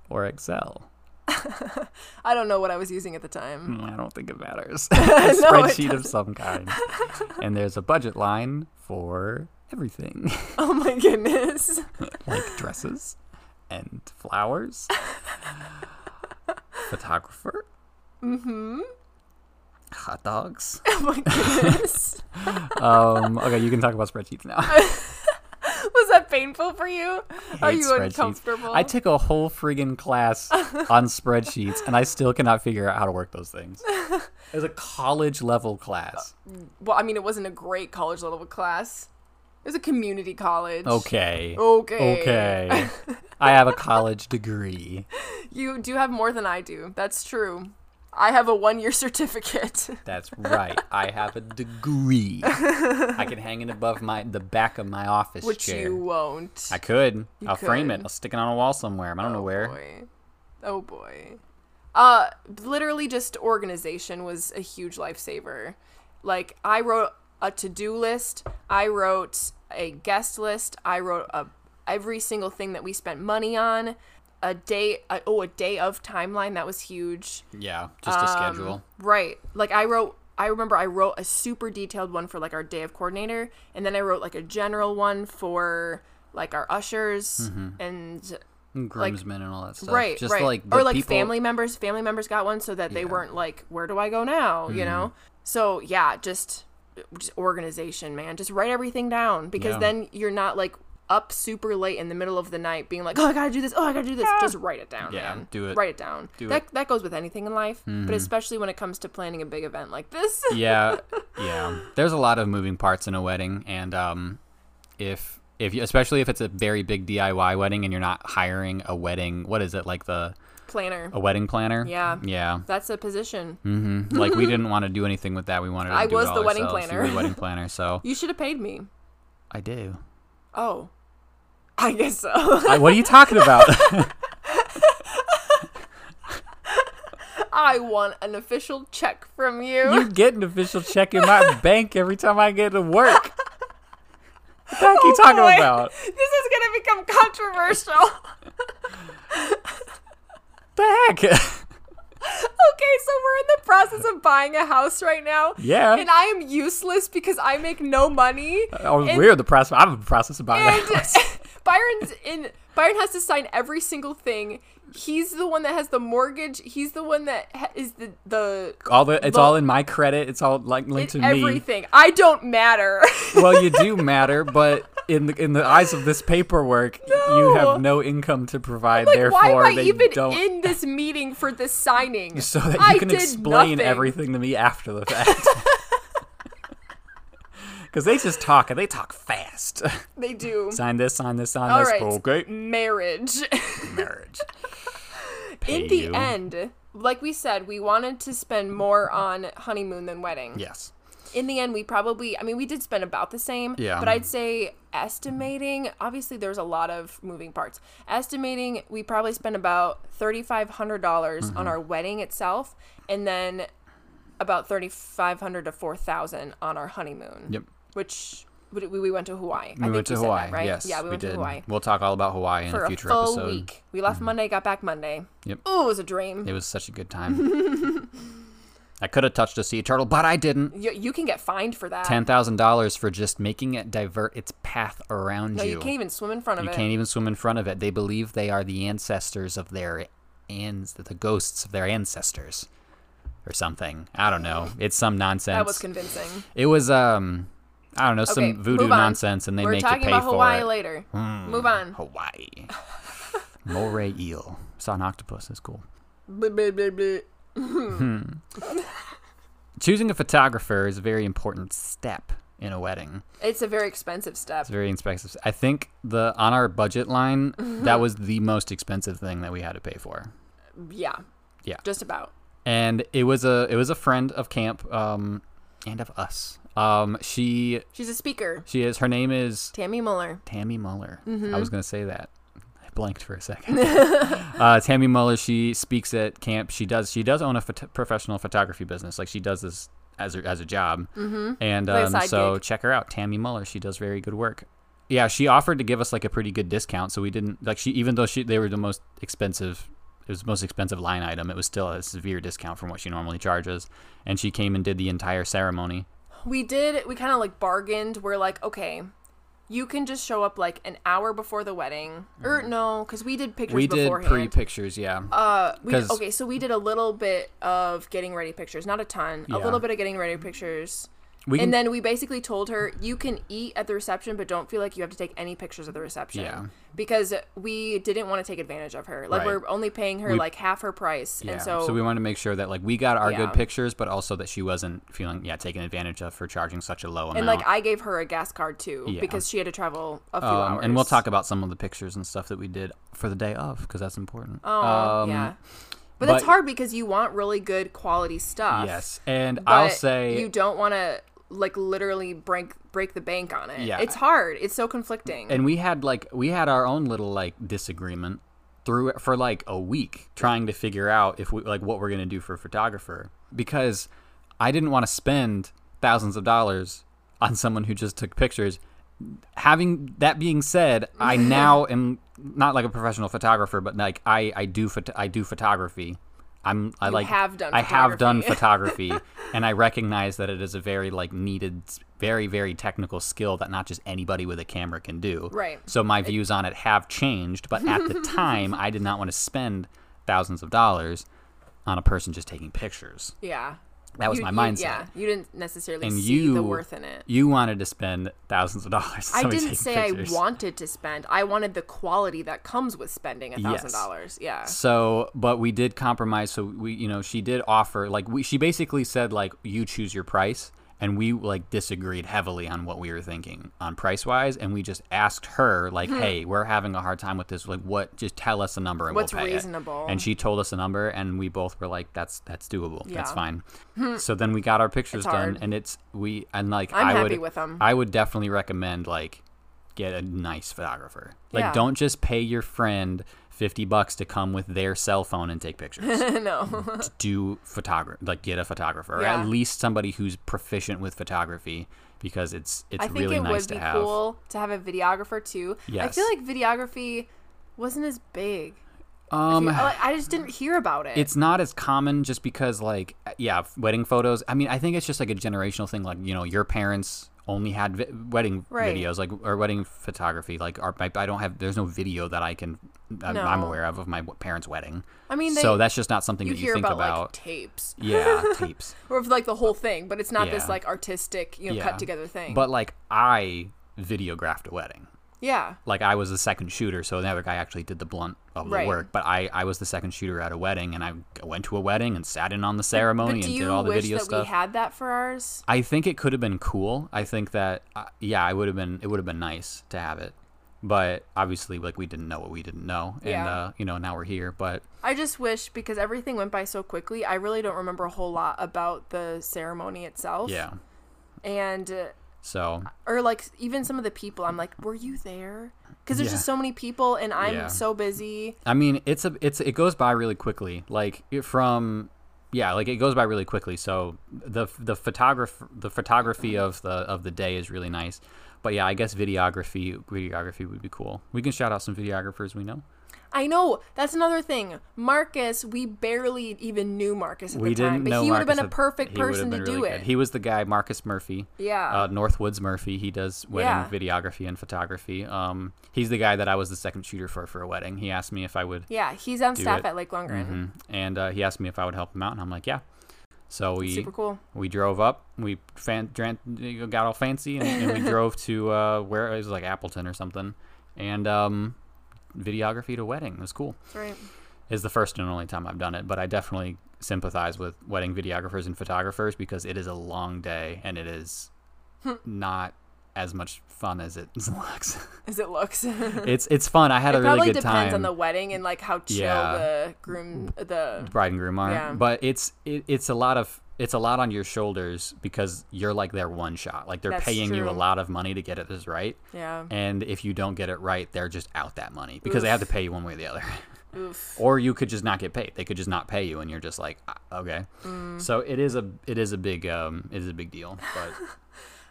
[SPEAKER 1] Or Excel?
[SPEAKER 2] I don't know what I was using at the time.
[SPEAKER 1] Mm, I don't think it matters. a spreadsheet of some kind. and there's a budget line for everything
[SPEAKER 2] Oh my goodness.
[SPEAKER 1] like dresses and flowers, photographer,
[SPEAKER 2] Mhm.
[SPEAKER 1] hot dogs.
[SPEAKER 2] Oh my goodness.
[SPEAKER 1] Um, okay, you can talk about spreadsheets now.
[SPEAKER 2] was that painful for you? Are
[SPEAKER 1] hate
[SPEAKER 2] you
[SPEAKER 1] spreadsheets.
[SPEAKER 2] uncomfortable?
[SPEAKER 1] I took a whole friggin' class on spreadsheets, and I still cannot figure out how to work those things. It was a college level class.
[SPEAKER 2] well, I mean, it wasn't a great college level class. It was a community college.
[SPEAKER 1] Okay.
[SPEAKER 2] Uh, Okay.
[SPEAKER 1] Okay. I have a college degree.
[SPEAKER 2] You do have more than I do. That's true. I have a one year certificate.
[SPEAKER 1] That's right. I have a degree. I can hang it above my the back of my office
[SPEAKER 2] Which
[SPEAKER 1] chair.
[SPEAKER 2] you won't.
[SPEAKER 1] I could. I'll frame
[SPEAKER 2] could.
[SPEAKER 1] it. I'll stick it on a wall somewhere. I don't know where.
[SPEAKER 2] Boy. Oh boy. Uh literally just organization was a huge lifesaver. Like I wrote a to-do list, I wrote a guest list, I wrote a every single thing that we spent money on, a day a, oh a day of timeline that was huge.
[SPEAKER 1] Yeah, just
[SPEAKER 2] Um,
[SPEAKER 1] a schedule.
[SPEAKER 2] Right. Like I wrote I remember I wrote a super detailed one for like our day of coordinator and then I wrote like a general one for like our ushers and
[SPEAKER 1] And groomsmen and all that stuff.
[SPEAKER 2] right
[SPEAKER 1] Just
[SPEAKER 2] right
[SPEAKER 1] like the
[SPEAKER 2] or like
[SPEAKER 1] people,
[SPEAKER 2] family members family members got one so that they
[SPEAKER 1] Yeah. Mm-hmm.
[SPEAKER 2] weren't like where do i go now you know so yeah just just organization man just write everything down because
[SPEAKER 1] Yeah.
[SPEAKER 2] then you're not like up super late in the middle of the night being like oh i gotta do this oh i gotta do this just write it down
[SPEAKER 1] Ah. Yeah,
[SPEAKER 2] man.
[SPEAKER 1] do it. Mm-hmm.
[SPEAKER 2] write it down
[SPEAKER 1] Do
[SPEAKER 2] that, that goes with anything in life but especially when it comes to planning a big event like this
[SPEAKER 1] yeah yeah there's a lot of moving parts in a wedding and um if if you, especially if it's a very big DIY wedding and you're not hiring a wedding what is it like the
[SPEAKER 2] planner
[SPEAKER 1] a wedding planner
[SPEAKER 2] Yeah.
[SPEAKER 1] yeah
[SPEAKER 2] that's a position
[SPEAKER 1] hmm like we didn't want to do anything with that we wanted to
[SPEAKER 2] I
[SPEAKER 1] do
[SPEAKER 2] was
[SPEAKER 1] it all
[SPEAKER 2] the wedding
[SPEAKER 1] ourselves. You
[SPEAKER 2] planner.
[SPEAKER 1] were the wedding planner so
[SPEAKER 2] you should have paid me
[SPEAKER 1] I do
[SPEAKER 2] oh i guess so
[SPEAKER 1] I, what are you talking about
[SPEAKER 2] i want an official check from you
[SPEAKER 1] you get an official check in my bank every time I get to work what the heck are you talking
[SPEAKER 2] Oh, boy.
[SPEAKER 1] about
[SPEAKER 2] This is gonna become controversial.
[SPEAKER 1] the heck
[SPEAKER 2] okay, so we're in the process of buying a house right now.
[SPEAKER 1] Yeah.
[SPEAKER 2] And I am useless because I make no money.
[SPEAKER 1] oh
[SPEAKER 2] And-
[SPEAKER 1] weird the process I'm in the process about
[SPEAKER 2] And
[SPEAKER 1] that
[SPEAKER 2] Byron's in Byron has to sign every single thing. He's the one that has the mortgage. He's the one that ha- is the the
[SPEAKER 1] all the it's
[SPEAKER 2] Lo-
[SPEAKER 1] all in my credit. It's all like linked to me.
[SPEAKER 2] everything. I don't matter.
[SPEAKER 1] Well, you do matter, but in the in the eyes of this paperwork, y- you
[SPEAKER 2] No.
[SPEAKER 1] have no income to provide.
[SPEAKER 2] like, why
[SPEAKER 1] therefore,
[SPEAKER 2] am I
[SPEAKER 1] they
[SPEAKER 2] even
[SPEAKER 1] don't.
[SPEAKER 2] in this meeting for this signing?
[SPEAKER 1] so that you
[SPEAKER 2] I
[SPEAKER 1] can
[SPEAKER 2] did
[SPEAKER 1] explain
[SPEAKER 2] nothing.
[SPEAKER 1] everything to me after the fact. Because they just talk and they talk fast.
[SPEAKER 2] They do.
[SPEAKER 1] sign this, sign this, sign
[SPEAKER 2] All
[SPEAKER 1] this.
[SPEAKER 2] right.
[SPEAKER 1] Okay,
[SPEAKER 2] Marriage.
[SPEAKER 1] marriage. Pay
[SPEAKER 2] in the
[SPEAKER 1] you.
[SPEAKER 2] end like we said we wanted to spend more on honeymoon than wedding
[SPEAKER 1] yes.
[SPEAKER 2] in the end we probably i mean we did spend about the same
[SPEAKER 1] Yeah.
[SPEAKER 2] but i'd say estimating obviously there's a lot of moving parts estimating we probably spent about $3500 dollars
[SPEAKER 1] Mm-hmm.
[SPEAKER 2] on our wedding itself and then about 3500 to 4000 on our honeymoon
[SPEAKER 1] Yep.
[SPEAKER 2] which we, we went to hawaii
[SPEAKER 1] We went to
[SPEAKER 2] you said
[SPEAKER 1] Hawaii.
[SPEAKER 2] that, right
[SPEAKER 1] Yes,
[SPEAKER 2] yeah we, went
[SPEAKER 1] did.
[SPEAKER 2] to hawaii
[SPEAKER 1] We'll talk all about Hawaii in
[SPEAKER 2] for
[SPEAKER 1] a
[SPEAKER 2] a
[SPEAKER 1] future
[SPEAKER 2] full
[SPEAKER 1] episode. Mm-hmm.
[SPEAKER 2] week we left monday got back monday
[SPEAKER 1] Yep.
[SPEAKER 2] oh it was a dream
[SPEAKER 1] It was such a good time. I could have touched a sea turtle, but I didn't.
[SPEAKER 2] You, you can get fined for that.
[SPEAKER 1] Ten thousand dollars for just making it divert its path around
[SPEAKER 2] No,
[SPEAKER 1] you.
[SPEAKER 2] you can't even swim in front of
[SPEAKER 1] You
[SPEAKER 2] it.
[SPEAKER 1] can't even swim in front of it. They believe they are the ancestors of their ans the ghosts of their ancestors, or something. I don't know. It's some nonsense.
[SPEAKER 2] That was convincing.
[SPEAKER 1] it was um, I don't know,
[SPEAKER 2] Okay,
[SPEAKER 1] some voodoo
[SPEAKER 2] move on.
[SPEAKER 1] nonsense, and they
[SPEAKER 2] We're
[SPEAKER 1] make you
[SPEAKER 2] talking
[SPEAKER 1] pay
[SPEAKER 2] about
[SPEAKER 1] for
[SPEAKER 2] Hawaii
[SPEAKER 1] it. Hmm.
[SPEAKER 2] later. Move on.
[SPEAKER 1] Hawaii. Moray eel. Saw an octopus. That's cool.
[SPEAKER 2] Blah, blah, blah, blah.
[SPEAKER 1] choosing a photographer is a very important step in a wedding.
[SPEAKER 2] It's a very expensive step.
[SPEAKER 1] It's very expensive. I think the on our budget line, that was the most expensive thing that we had to pay for.
[SPEAKER 2] Yeah.
[SPEAKER 1] Yeah.
[SPEAKER 2] Just about.
[SPEAKER 1] And it was a it was a friend of camp um, and of us. Um, she
[SPEAKER 2] She's a speaker.
[SPEAKER 1] she is her name is
[SPEAKER 2] Tammy Muller.
[SPEAKER 1] Tammy Muller.
[SPEAKER 2] Mm-hmm.
[SPEAKER 1] I was going to say that. I blanked for a second. uh, Tammy Muller, she speaks at camp. She does she does own a phot- professional photography business. Like she does this as a, as a job. Mm-hmm. And
[SPEAKER 2] Like a
[SPEAKER 1] um,
[SPEAKER 2] side
[SPEAKER 1] so
[SPEAKER 2] gig.
[SPEAKER 1] check her out, Tammy Muller. She does very good work. Yeah, she offered to give us like a pretty good discount, so we didn't like she even though she they were the most expensive it was the most expensive line item. It was still a severe discount from what she normally charges. And she came and did the entire ceremony.
[SPEAKER 2] We did, we kind of like bargained. We're like, okay, you can just show up like an hour before the wedding. Or no, because we did pictures
[SPEAKER 1] Mm-hmm. We did
[SPEAKER 2] beforehand.
[SPEAKER 1] pre pictures, yeah.
[SPEAKER 2] Uh, we
[SPEAKER 1] 'Cause-
[SPEAKER 2] okay, so we did a little bit of getting ready pictures, not a ton, a
[SPEAKER 1] Yeah.
[SPEAKER 2] little bit of getting ready pictures,
[SPEAKER 1] we
[SPEAKER 2] and then we basically told her you can eat at the reception, but don't feel like you have to take any pictures of the reception,
[SPEAKER 1] Yeah.
[SPEAKER 2] because we didn't want to take advantage of her.
[SPEAKER 1] Right.
[SPEAKER 2] Like we're only paying her
[SPEAKER 1] We-
[SPEAKER 2] like half her price,
[SPEAKER 1] Yeah.
[SPEAKER 2] and
[SPEAKER 1] So,
[SPEAKER 2] so,
[SPEAKER 1] we wanted to make sure that like we got our
[SPEAKER 2] Yeah.
[SPEAKER 1] good pictures, but also that she wasn't feeling yeah taken advantage of for charging such a low amount.
[SPEAKER 2] and like I gave her a gas card too
[SPEAKER 1] Yeah.
[SPEAKER 2] because she had to travel a few
[SPEAKER 1] um,
[SPEAKER 2] hours,
[SPEAKER 1] and we'll talk about some of the pictures and stuff that we did for the day of because that's important.
[SPEAKER 2] Oh,
[SPEAKER 1] um,
[SPEAKER 2] yeah, but, that's
[SPEAKER 1] but-
[SPEAKER 2] hard because you want really good quality stuff.
[SPEAKER 1] Yes, and I'll
[SPEAKER 2] but
[SPEAKER 1] say
[SPEAKER 2] you don't want to like literally break break the bank on it.
[SPEAKER 1] Yeah.
[SPEAKER 2] it's hard. It's so conflicting.
[SPEAKER 1] and we had like we had our own little like disagreement through for like a week trying to figure out if we like what we're gonna do for a photographer because I didn't want to spend thousands of dollars on someone who just took pictures. Having that being said, I now am not like a professional photographer, but like I I do photo- I do photography. I'm I like
[SPEAKER 2] have done
[SPEAKER 1] I have done
[SPEAKER 2] photography.
[SPEAKER 1] photography and I recognize that it is a very like needed very very technical skill that not just anybody with a camera can do.
[SPEAKER 2] Right.
[SPEAKER 1] So my views on it have changed, but at the time I did not want to spend thousands of dollars on a person just taking pictures.
[SPEAKER 2] yeah,
[SPEAKER 1] That was
[SPEAKER 2] You-
[SPEAKER 1] my
[SPEAKER 2] you-
[SPEAKER 1] mindset.
[SPEAKER 2] Yeah, you didn't necessarily
[SPEAKER 1] And
[SPEAKER 2] see
[SPEAKER 1] you
[SPEAKER 2] the worth in it.
[SPEAKER 1] You wanted to spend thousands of dollars. on
[SPEAKER 2] I
[SPEAKER 1] somebody
[SPEAKER 2] didn't
[SPEAKER 1] taking
[SPEAKER 2] say
[SPEAKER 1] pictures.
[SPEAKER 2] I wanted to spend. I wanted the quality that comes with spending a thousand
[SPEAKER 1] Yes.
[SPEAKER 2] dollars. Yeah,
[SPEAKER 1] So, but we did compromise. So we, you know, she did offer like we. She basically said like you choose your price, and we like disagreed heavily on what we were thinking on price wise, and we just asked her like,
[SPEAKER 2] Hmm.
[SPEAKER 1] hey, we're having a hard time with this. Like, what? Just tell us a number and
[SPEAKER 2] What's
[SPEAKER 1] we'll pay it."
[SPEAKER 2] reasonable?
[SPEAKER 1] And she told us a number, and we both were like, that's that's doable. That's
[SPEAKER 2] Yeah. Hmm.
[SPEAKER 1] fine. so then we got our pictures done,
[SPEAKER 2] hard.
[SPEAKER 1] and it's we and like
[SPEAKER 2] I'm
[SPEAKER 1] I
[SPEAKER 2] happy
[SPEAKER 1] would
[SPEAKER 2] with 'em.
[SPEAKER 1] I would definitely recommend like get a nice photographer. Like
[SPEAKER 2] Yeah.
[SPEAKER 1] don't just pay your friend 50 bucks to come with their cell phone and take pictures.
[SPEAKER 2] no,
[SPEAKER 1] Do photography like get a photographer or
[SPEAKER 2] Yeah.
[SPEAKER 1] at least somebody who's proficient with photography because it's it's
[SPEAKER 2] I think
[SPEAKER 1] really
[SPEAKER 2] it
[SPEAKER 1] nice
[SPEAKER 2] would
[SPEAKER 1] to
[SPEAKER 2] be
[SPEAKER 1] have.
[SPEAKER 2] cool to have a videographer too. I
[SPEAKER 1] Yes.
[SPEAKER 2] feel like videography wasn't as big.
[SPEAKER 1] Um
[SPEAKER 2] I, like, I just didn't hear about it.
[SPEAKER 1] it's not as common just because like yeah wedding photos i mean i think it's just like a generational thing like you know your parents only had vi- wedding
[SPEAKER 2] Right.
[SPEAKER 1] videos like or wedding photography like our, my, i don't have there's no video that i can I'm, I'm
[SPEAKER 2] No.
[SPEAKER 1] aware of of my w- parents wedding
[SPEAKER 2] I mean, they,
[SPEAKER 1] so that's just not something
[SPEAKER 2] you
[SPEAKER 1] that
[SPEAKER 2] hear
[SPEAKER 1] you think
[SPEAKER 2] about,
[SPEAKER 1] about,
[SPEAKER 2] like tapes
[SPEAKER 1] yeah tapes
[SPEAKER 2] or like the whole thing, but it's not this
[SPEAKER 1] Yeah.
[SPEAKER 2] like artistic, you know,
[SPEAKER 1] Yeah.
[SPEAKER 2] cut together thing.
[SPEAKER 1] but like i videographed a wedding
[SPEAKER 2] yeah,
[SPEAKER 1] like I was the second shooter, so the other guy actually did the blunt of
[SPEAKER 2] Right.
[SPEAKER 1] the work. But I, I was the second shooter at a wedding, and I went to a wedding and sat in on the ceremony
[SPEAKER 2] but do
[SPEAKER 1] and
[SPEAKER 2] you
[SPEAKER 1] did all the
[SPEAKER 2] wish
[SPEAKER 1] video
[SPEAKER 2] that
[SPEAKER 1] stuff.
[SPEAKER 2] we had that for ours?
[SPEAKER 1] I think it could have been cool. I think that uh, yeah, I would have been it would have been nice to have it. But obviously like we didn't know what we didn't know and
[SPEAKER 2] Yeah.
[SPEAKER 1] uh, you know, now we're here, but
[SPEAKER 2] I just wish because everything went by so quickly. I really don't remember a whole lot about the ceremony itself.
[SPEAKER 1] yeah.
[SPEAKER 2] and uh,
[SPEAKER 1] So,
[SPEAKER 2] or like even some of the people. I'm like, were you there? Because there's
[SPEAKER 1] Yeah.
[SPEAKER 2] just so many people, and I'm
[SPEAKER 1] Yeah.
[SPEAKER 2] so busy.
[SPEAKER 1] I mean, it's a it's it goes by really quickly. Like it from yeah, like it goes by really quickly. So the the photograph the photography of the of the day is really nice. But yeah, I guess videography videography would be cool. We can shout out some videographers we know.
[SPEAKER 2] I know that's another thing. Marcus, we barely even knew Marcus at
[SPEAKER 1] we
[SPEAKER 2] the time,
[SPEAKER 1] didn't
[SPEAKER 2] but
[SPEAKER 1] know
[SPEAKER 2] he would have
[SPEAKER 1] Marcus
[SPEAKER 2] been a
[SPEAKER 1] had-
[SPEAKER 2] perfect
[SPEAKER 1] he would've
[SPEAKER 2] person to
[SPEAKER 1] been
[SPEAKER 2] do
[SPEAKER 1] really
[SPEAKER 2] it.
[SPEAKER 1] good. He was the guy, Marcus Murphy.
[SPEAKER 2] Yeah.
[SPEAKER 1] Uh, Northwoods Murphy. He does wedding
[SPEAKER 2] Yeah.
[SPEAKER 1] videography and photography. Um, he's the guy that I was the second shooter for for a wedding. He asked me if I would,
[SPEAKER 2] yeah, he's on staff
[SPEAKER 1] it.
[SPEAKER 2] at Lake Longren.
[SPEAKER 1] mm, and uh, he asked me if I would help him out, and I'm like, yeah. So we
[SPEAKER 2] Super cool.
[SPEAKER 1] we drove up. We fan, dran, got all fancy, and, and we drove to uh, where it was like Appleton or something, and um, videography to wedding. It was cool
[SPEAKER 2] That's right.
[SPEAKER 1] is the first and only time I've done it, but I definitely sympathize with wedding videographers and photographers because it is a long day and it is
[SPEAKER 2] Hmm.
[SPEAKER 1] not as much fun as it looks.
[SPEAKER 2] as it looks.
[SPEAKER 1] it's it's fun. I had a really
[SPEAKER 2] Probably
[SPEAKER 1] good
[SPEAKER 2] depends
[SPEAKER 1] time.
[SPEAKER 2] on the wedding and like how chill
[SPEAKER 1] Yeah.
[SPEAKER 2] the groom the
[SPEAKER 1] bride and groom are.
[SPEAKER 2] Yeah.
[SPEAKER 1] But it's it, it's a lot of it's a lot on your shoulders because you're like their one shot. Like they're
[SPEAKER 2] That's
[SPEAKER 1] paying you
[SPEAKER 2] true.
[SPEAKER 1] a lot of money to get it this right.
[SPEAKER 2] yeah
[SPEAKER 1] And if you don't get it right, they're just out that money because they have to pay you one way or the other.
[SPEAKER 2] oof
[SPEAKER 1] or you could just not get paid. They could just not pay you, and you're just like, "Ah, okay.
[SPEAKER 2] Mm.
[SPEAKER 1] So it is a it is a big um it is a big deal. But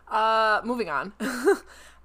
[SPEAKER 2] uh moving on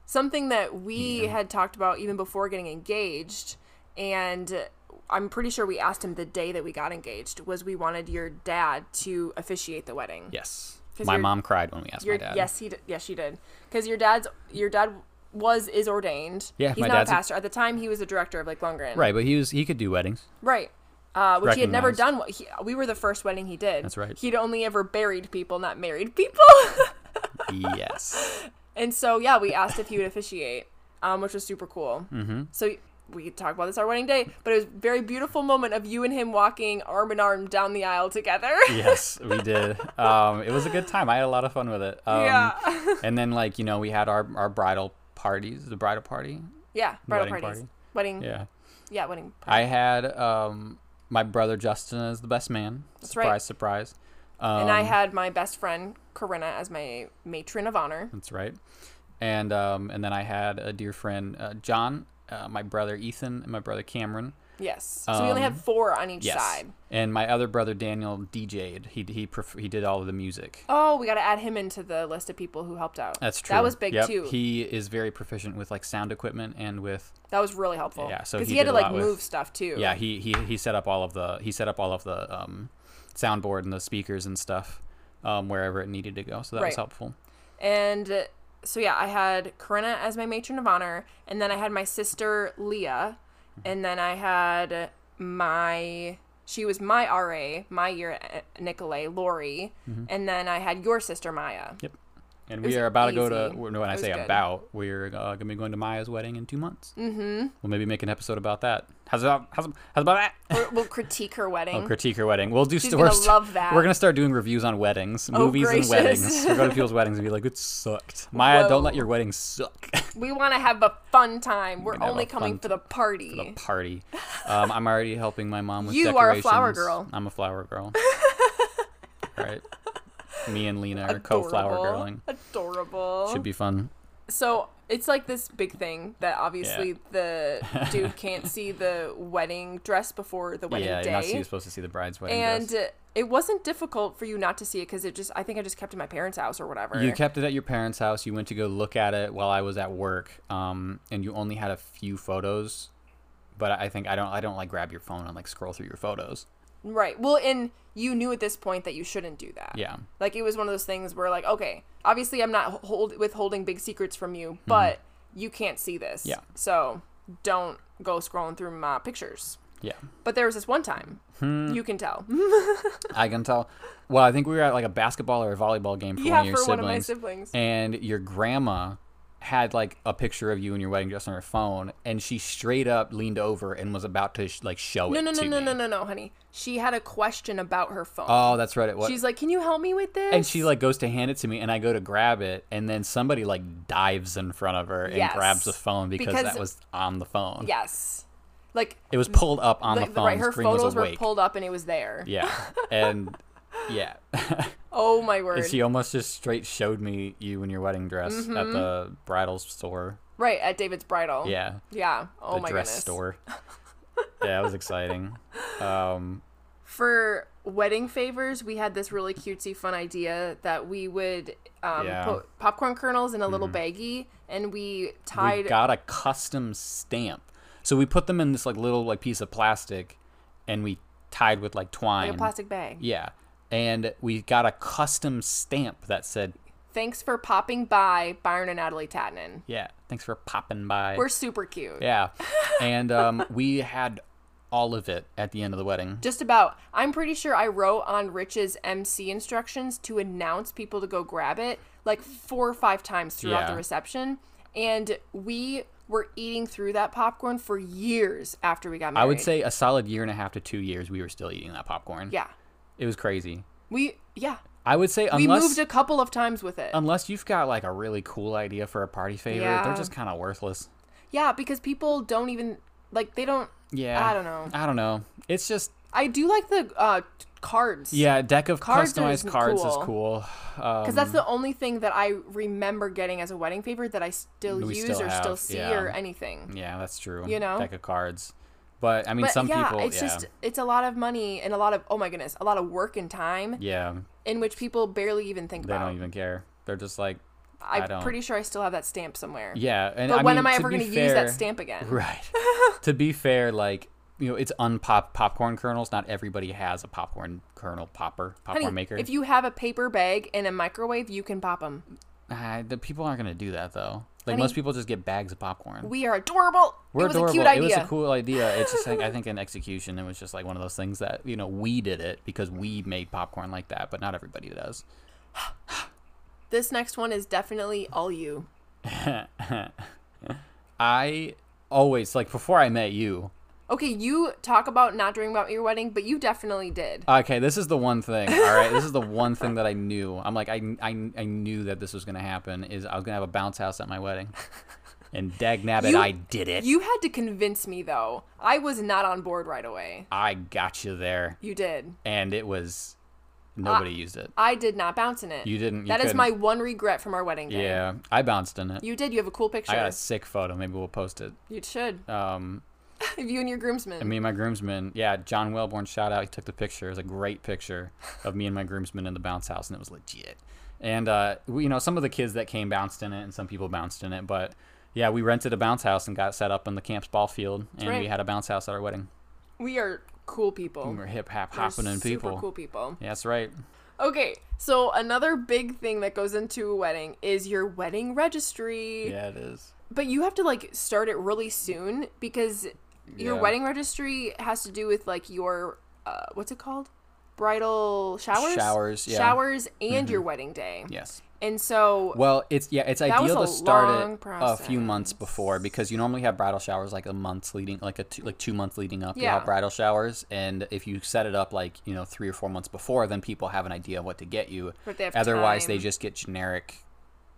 [SPEAKER 2] something that we had talked about even before getting engaged and i'm pretty sure we asked him the day that we got engaged was we wanted your dad to officiate the wedding
[SPEAKER 1] yes,
[SPEAKER 2] 'Cause
[SPEAKER 1] my
[SPEAKER 2] you're-
[SPEAKER 1] mom cried when we asked
[SPEAKER 2] your
[SPEAKER 1] my dad.
[SPEAKER 2] yes he did yes she did because your dad's your dad was is ordained
[SPEAKER 1] Yeah,
[SPEAKER 2] he's
[SPEAKER 1] my
[SPEAKER 2] not
[SPEAKER 1] dad's
[SPEAKER 2] a
[SPEAKER 1] a-
[SPEAKER 2] pastor at the time he was a director of like Longren
[SPEAKER 1] right, but he was he could do weddings.
[SPEAKER 2] Right. Uh, which he had never
[SPEAKER 1] Recognized.
[SPEAKER 2] done. What he, we were the first wedding he did.
[SPEAKER 1] That's right.
[SPEAKER 2] He'd only ever buried people, not married people.
[SPEAKER 1] yes,
[SPEAKER 2] and so, yeah, we asked if he would officiate, um, which was super cool. Mm-hmm. So we could talk about this our wedding day, but it was a very beautiful moment of you and him walking arm in arm down the aisle together.
[SPEAKER 1] yes, we did. Um, it was a good time. I had a lot of fun with it. Um,
[SPEAKER 2] Yeah.
[SPEAKER 1] and then like you know we had our our bridal parties, the bridal party.
[SPEAKER 2] yeah, bridal
[SPEAKER 1] Wedding
[SPEAKER 2] parties.
[SPEAKER 1] party.
[SPEAKER 2] Wedding. Yeah,
[SPEAKER 1] Yeah,
[SPEAKER 2] wedding. Party.
[SPEAKER 1] I had um my brother Justin as the best man. surprise,
[SPEAKER 2] right.
[SPEAKER 1] surprise. Um,
[SPEAKER 2] and I had my best friend, Corinna, as my matron of honor.
[SPEAKER 1] That's right. And um, and then I had a dear friend, uh, John, uh, my brother Ethan, and my brother Cameron.
[SPEAKER 2] Yes. So we only
[SPEAKER 1] Um,
[SPEAKER 2] had four on each
[SPEAKER 1] Yes.
[SPEAKER 2] side.
[SPEAKER 1] And my other brother Daniel DJ'd. He he pref- he did all of the music.
[SPEAKER 2] Oh, we got to add him into the list of people who helped out.
[SPEAKER 1] That's true.
[SPEAKER 2] That was big
[SPEAKER 1] Yep.
[SPEAKER 2] too.
[SPEAKER 1] He is very proficient with like sound equipment and with
[SPEAKER 2] that was really helpful.
[SPEAKER 1] Yeah, so
[SPEAKER 2] because
[SPEAKER 1] he
[SPEAKER 2] he, had
[SPEAKER 1] did a
[SPEAKER 2] to like
[SPEAKER 1] lot with-
[SPEAKER 2] move stuff too.
[SPEAKER 1] yeah. He he he set up all of the he set up all of the um, soundboard and the speakers and stuff um, wherever it needed to go. So that was
[SPEAKER 2] Right.
[SPEAKER 1] helpful.
[SPEAKER 2] And uh, so yeah, I had Corinna as my matron of honor, and then I had my sister Leah, and then I had my she was my RA my year uh, Nicolay Lori,
[SPEAKER 1] Mm-hmm.
[SPEAKER 2] and then I had your sister Maya.
[SPEAKER 1] Yep. And
[SPEAKER 2] It
[SPEAKER 1] we
[SPEAKER 2] was
[SPEAKER 1] are about to go
[SPEAKER 2] easy.
[SPEAKER 1] to. When I
[SPEAKER 2] It was
[SPEAKER 1] say
[SPEAKER 2] good.
[SPEAKER 1] about, we're uh, gonna be going to Maya's wedding in two months. Mm-hmm. We'll maybe make an episode about that. How's about how's, how's about that?
[SPEAKER 2] We're- we'll critique her wedding.
[SPEAKER 1] We'll critique her wedding. We'll do.
[SPEAKER 2] She's
[SPEAKER 1] st-
[SPEAKER 2] gonna
[SPEAKER 1] we're st-
[SPEAKER 2] love that.
[SPEAKER 1] We're gonna start doing reviews on weddings,
[SPEAKER 2] Oh,
[SPEAKER 1] movies,
[SPEAKER 2] gracious.
[SPEAKER 1] and weddings. We'll go to people's weddings and be like, "It sucked." Maya, don't let
[SPEAKER 2] Whoa.
[SPEAKER 1] your wedding suck.
[SPEAKER 2] we want to have a fun time. We're
[SPEAKER 1] gonna have
[SPEAKER 2] only
[SPEAKER 1] a fun
[SPEAKER 2] coming for the party.
[SPEAKER 1] the party. Um, I'm already helping my mom with
[SPEAKER 2] You are a
[SPEAKER 1] decorations.
[SPEAKER 2] flower girl.
[SPEAKER 1] I'm a flower girl. right. Me and Lena are
[SPEAKER 2] Adorable.
[SPEAKER 1] co-flower girling.
[SPEAKER 2] Adorable.
[SPEAKER 1] Should be fun.
[SPEAKER 2] So it's like this big thing that obviously the dude can't see the wedding dress before the wedding
[SPEAKER 1] yeah, you're not
[SPEAKER 2] day.
[SPEAKER 1] supposed to see the bride's wedding dress.
[SPEAKER 2] And it wasn't difficult for you not to see it because it just, I think I just kept it in my parents' house or whatever.
[SPEAKER 1] You kept it at your parents' house. You went to go look at it while I was at work, um, and you only had a few photos. But I I think I don't. I don't like grab your phone and like scroll through your photos.
[SPEAKER 2] right. Well, and you knew at this point that you shouldn't do that.
[SPEAKER 1] Yeah,
[SPEAKER 2] Like it was one of those things where, like, okay, obviously I'm not hold- withholding big secrets from you, but you can't see this.
[SPEAKER 1] Mm-hmm. Yeah.
[SPEAKER 2] So don't go scrolling through my pictures.
[SPEAKER 1] yeah.
[SPEAKER 2] But there was this one time.
[SPEAKER 1] Hmm.
[SPEAKER 2] You can tell.
[SPEAKER 1] I can tell. Well, I think we were at like a basketball or a volleyball game for one
[SPEAKER 2] yeah,
[SPEAKER 1] of
[SPEAKER 2] for
[SPEAKER 1] your siblings,
[SPEAKER 2] one of my siblings.
[SPEAKER 1] and your grandma had like a picture of you in your wedding dress on her phone, and she straight up leaned over and was about to sh- like show
[SPEAKER 2] No,
[SPEAKER 1] it
[SPEAKER 2] no, no,
[SPEAKER 1] to
[SPEAKER 2] no,
[SPEAKER 1] me.
[SPEAKER 2] no, no, no, honey. She had a question about her phone.
[SPEAKER 1] Oh, that's right. It was.
[SPEAKER 2] She's like, "Can you help me with this?"
[SPEAKER 1] and she like goes to hand it to me and i go to grab it and then somebody like dives in front of her and
[SPEAKER 2] Yes.
[SPEAKER 1] grabs the phone because,
[SPEAKER 2] Because-
[SPEAKER 1] that was on the phone
[SPEAKER 2] yes, like
[SPEAKER 1] it was pulled up on
[SPEAKER 2] like
[SPEAKER 1] the
[SPEAKER 2] the-
[SPEAKER 1] phone
[SPEAKER 2] right, her
[SPEAKER 1] screen was
[SPEAKER 2] photos were
[SPEAKER 1] awake
[SPEAKER 2] pulled up and it was there.
[SPEAKER 1] yeah and yeah
[SPEAKER 2] Oh my word!
[SPEAKER 1] she almost just straight showed me you in your wedding dress at
[SPEAKER 2] Mm-hmm.
[SPEAKER 1] the bridal store
[SPEAKER 2] right at David's bridal.
[SPEAKER 1] yeah
[SPEAKER 2] Yeah. Oh
[SPEAKER 1] the
[SPEAKER 2] my
[SPEAKER 1] dress
[SPEAKER 2] goodness.
[SPEAKER 1] store yeah it was exciting um
[SPEAKER 2] For wedding favors, we had this really cutesy, fun idea that we would um,
[SPEAKER 1] Yeah. Mm-hmm.
[SPEAKER 2] put popcorn kernels in a little baggie, and we
[SPEAKER 1] we
[SPEAKER 2] tied.
[SPEAKER 1] got a custom stamp. So we put them in this like little like piece of plastic, and we tied with like twine.
[SPEAKER 2] a plastic bag.
[SPEAKER 1] Yeah, and we got a custom stamp that said,
[SPEAKER 2] Thanks for popping by, Byron and Natalie Tatnan.
[SPEAKER 1] "Yeah, thanks for popping by."
[SPEAKER 2] We're super cute.
[SPEAKER 1] yeah, and um, we had all of it at the end of the wedding.
[SPEAKER 2] Just about. I'm pretty sure I wrote on Rich's MC instructions to announce people to go grab it like four or five times throughout
[SPEAKER 1] Yeah.
[SPEAKER 2] the reception. And we were eating through that popcorn for years after we got married.
[SPEAKER 1] I would say a solid year and a half to two years, we were still eating that popcorn.
[SPEAKER 2] Yeah.
[SPEAKER 1] It was crazy.
[SPEAKER 2] We yeah.
[SPEAKER 1] I would say unless Um,
[SPEAKER 2] we moved a couple of times with it.
[SPEAKER 1] unless you've got like a really cool idea for a party favor, they're
[SPEAKER 2] Yeah.
[SPEAKER 1] just kind of worthless.
[SPEAKER 2] yeah, because people don't even like they don't.
[SPEAKER 1] Yeah.
[SPEAKER 2] I don't know.
[SPEAKER 1] I don't know. It's just
[SPEAKER 2] I do like the uh, cards.
[SPEAKER 1] yeah, a deck of
[SPEAKER 2] Cards are
[SPEAKER 1] customized cards is
[SPEAKER 2] cool.
[SPEAKER 1] cool. Um,
[SPEAKER 2] Because that's the only thing that I remember getting as a wedding favor that I still
[SPEAKER 1] We
[SPEAKER 2] use
[SPEAKER 1] still
[SPEAKER 2] or
[SPEAKER 1] have,
[SPEAKER 2] still see
[SPEAKER 1] yeah.
[SPEAKER 2] or anything.
[SPEAKER 1] yeah, that's true.
[SPEAKER 2] you know?
[SPEAKER 1] deck of cards. But I mean,
[SPEAKER 2] But
[SPEAKER 1] some
[SPEAKER 2] yeah,
[SPEAKER 1] people
[SPEAKER 2] it's
[SPEAKER 1] yeah.
[SPEAKER 2] just it's a lot of money and a lot of oh my goodness, a lot of work and time
[SPEAKER 1] yeah,
[SPEAKER 2] in which people barely even think
[SPEAKER 1] they
[SPEAKER 2] about.
[SPEAKER 1] don't even care. They're just like I
[SPEAKER 2] I'm
[SPEAKER 1] don't-
[SPEAKER 2] pretty sure I still have that stamp somewhere.
[SPEAKER 1] yeah. And
[SPEAKER 2] But
[SPEAKER 1] I
[SPEAKER 2] when
[SPEAKER 1] mean,
[SPEAKER 2] am I
[SPEAKER 1] to
[SPEAKER 2] ever
[SPEAKER 1] be
[SPEAKER 2] going to use
[SPEAKER 1] fair-
[SPEAKER 2] that stamp again?
[SPEAKER 1] Right. to be fair, like you know, it's unpop popcorn kernels. Not everybody has a popcorn kernel popper popcorn
[SPEAKER 2] Honey,
[SPEAKER 1] maker.
[SPEAKER 2] if you have a paper bag and a microwave, you can pop them.
[SPEAKER 1] Ah, the people aren't gonna do that though. Like most people just get bags of popcorn.
[SPEAKER 2] We are adorable.
[SPEAKER 1] We're
[SPEAKER 2] it was
[SPEAKER 1] adorable.
[SPEAKER 2] a cute idea.
[SPEAKER 1] It was a cool idea. It's just like, I think in execution, it was just like one of those things that you know we did it because we made popcorn like that, but not everybody does.
[SPEAKER 2] This next one is definitely all you.
[SPEAKER 1] I always like before I met you.
[SPEAKER 2] Okay, you talk about not dreaming about your wedding, but you definitely did.
[SPEAKER 1] Okay, this is the one thing. All right, this is the one thing that I knew. I'm like I I, I knew that this was gonna happen. Is I was gonna have a bounce house at my wedding, and dag nabbit,
[SPEAKER 2] You-
[SPEAKER 1] I did it.
[SPEAKER 2] You had to convince me though. I was not on board right away.
[SPEAKER 1] I got you there,
[SPEAKER 2] You did.
[SPEAKER 1] and it was nobody
[SPEAKER 2] Ah.
[SPEAKER 1] used it.
[SPEAKER 2] I did not bounce in it.
[SPEAKER 1] You didn't- you
[SPEAKER 2] That is
[SPEAKER 1] couldn't.
[SPEAKER 2] my one regret from our wedding day.
[SPEAKER 1] Yeah, I bounced in it.
[SPEAKER 2] You did. You have a cool picture.
[SPEAKER 1] I got a sick photo. Maybe we'll post it.
[SPEAKER 2] You should.
[SPEAKER 1] Um,
[SPEAKER 2] you and your groomsmen.
[SPEAKER 1] And me and my groomsman, yeah, John Wellborn, shout out. He took the picture. It was a great picture of me and my groomsman in the bounce house, and it was legit. And uh, we, you know, some of the kids that came bounced in it, and some people bounced in it. But yeah, we rented a bounce house and got set up in the camp's ball field, and we
[SPEAKER 2] right.
[SPEAKER 1] had a bounce house at our wedding.
[SPEAKER 2] we are cool people.
[SPEAKER 1] We were hip hop
[SPEAKER 2] We're
[SPEAKER 1] hopping in
[SPEAKER 2] super
[SPEAKER 1] people.
[SPEAKER 2] cool people.
[SPEAKER 1] Yeah, that's right.
[SPEAKER 2] Okay, so another big thing that goes into a wedding is your wedding registry.
[SPEAKER 1] Yeah, it is.
[SPEAKER 2] But you have to like start it really soon because your
[SPEAKER 1] Yeah.
[SPEAKER 2] wedding registry has to do with like your uh, what's it called? Bridal showers.
[SPEAKER 1] Showers, yeah. Mm-hmm.
[SPEAKER 2] Showers and your wedding day.
[SPEAKER 1] Yes.
[SPEAKER 2] And so
[SPEAKER 1] Well, it's yeah, it's
[SPEAKER 2] was
[SPEAKER 1] ideal
[SPEAKER 2] a
[SPEAKER 1] to start
[SPEAKER 2] long
[SPEAKER 1] it a few months
[SPEAKER 2] process.
[SPEAKER 1] before because you normally have bridal showers like a month leading, like a two, like two months leading up. You
[SPEAKER 2] Yeah.
[SPEAKER 1] have bridal showers, and if you set it up like you know three or four months before, then people have an idea of what to get you.
[SPEAKER 2] But they have
[SPEAKER 1] Otherwise, they
[SPEAKER 2] time.
[SPEAKER 1] just get generic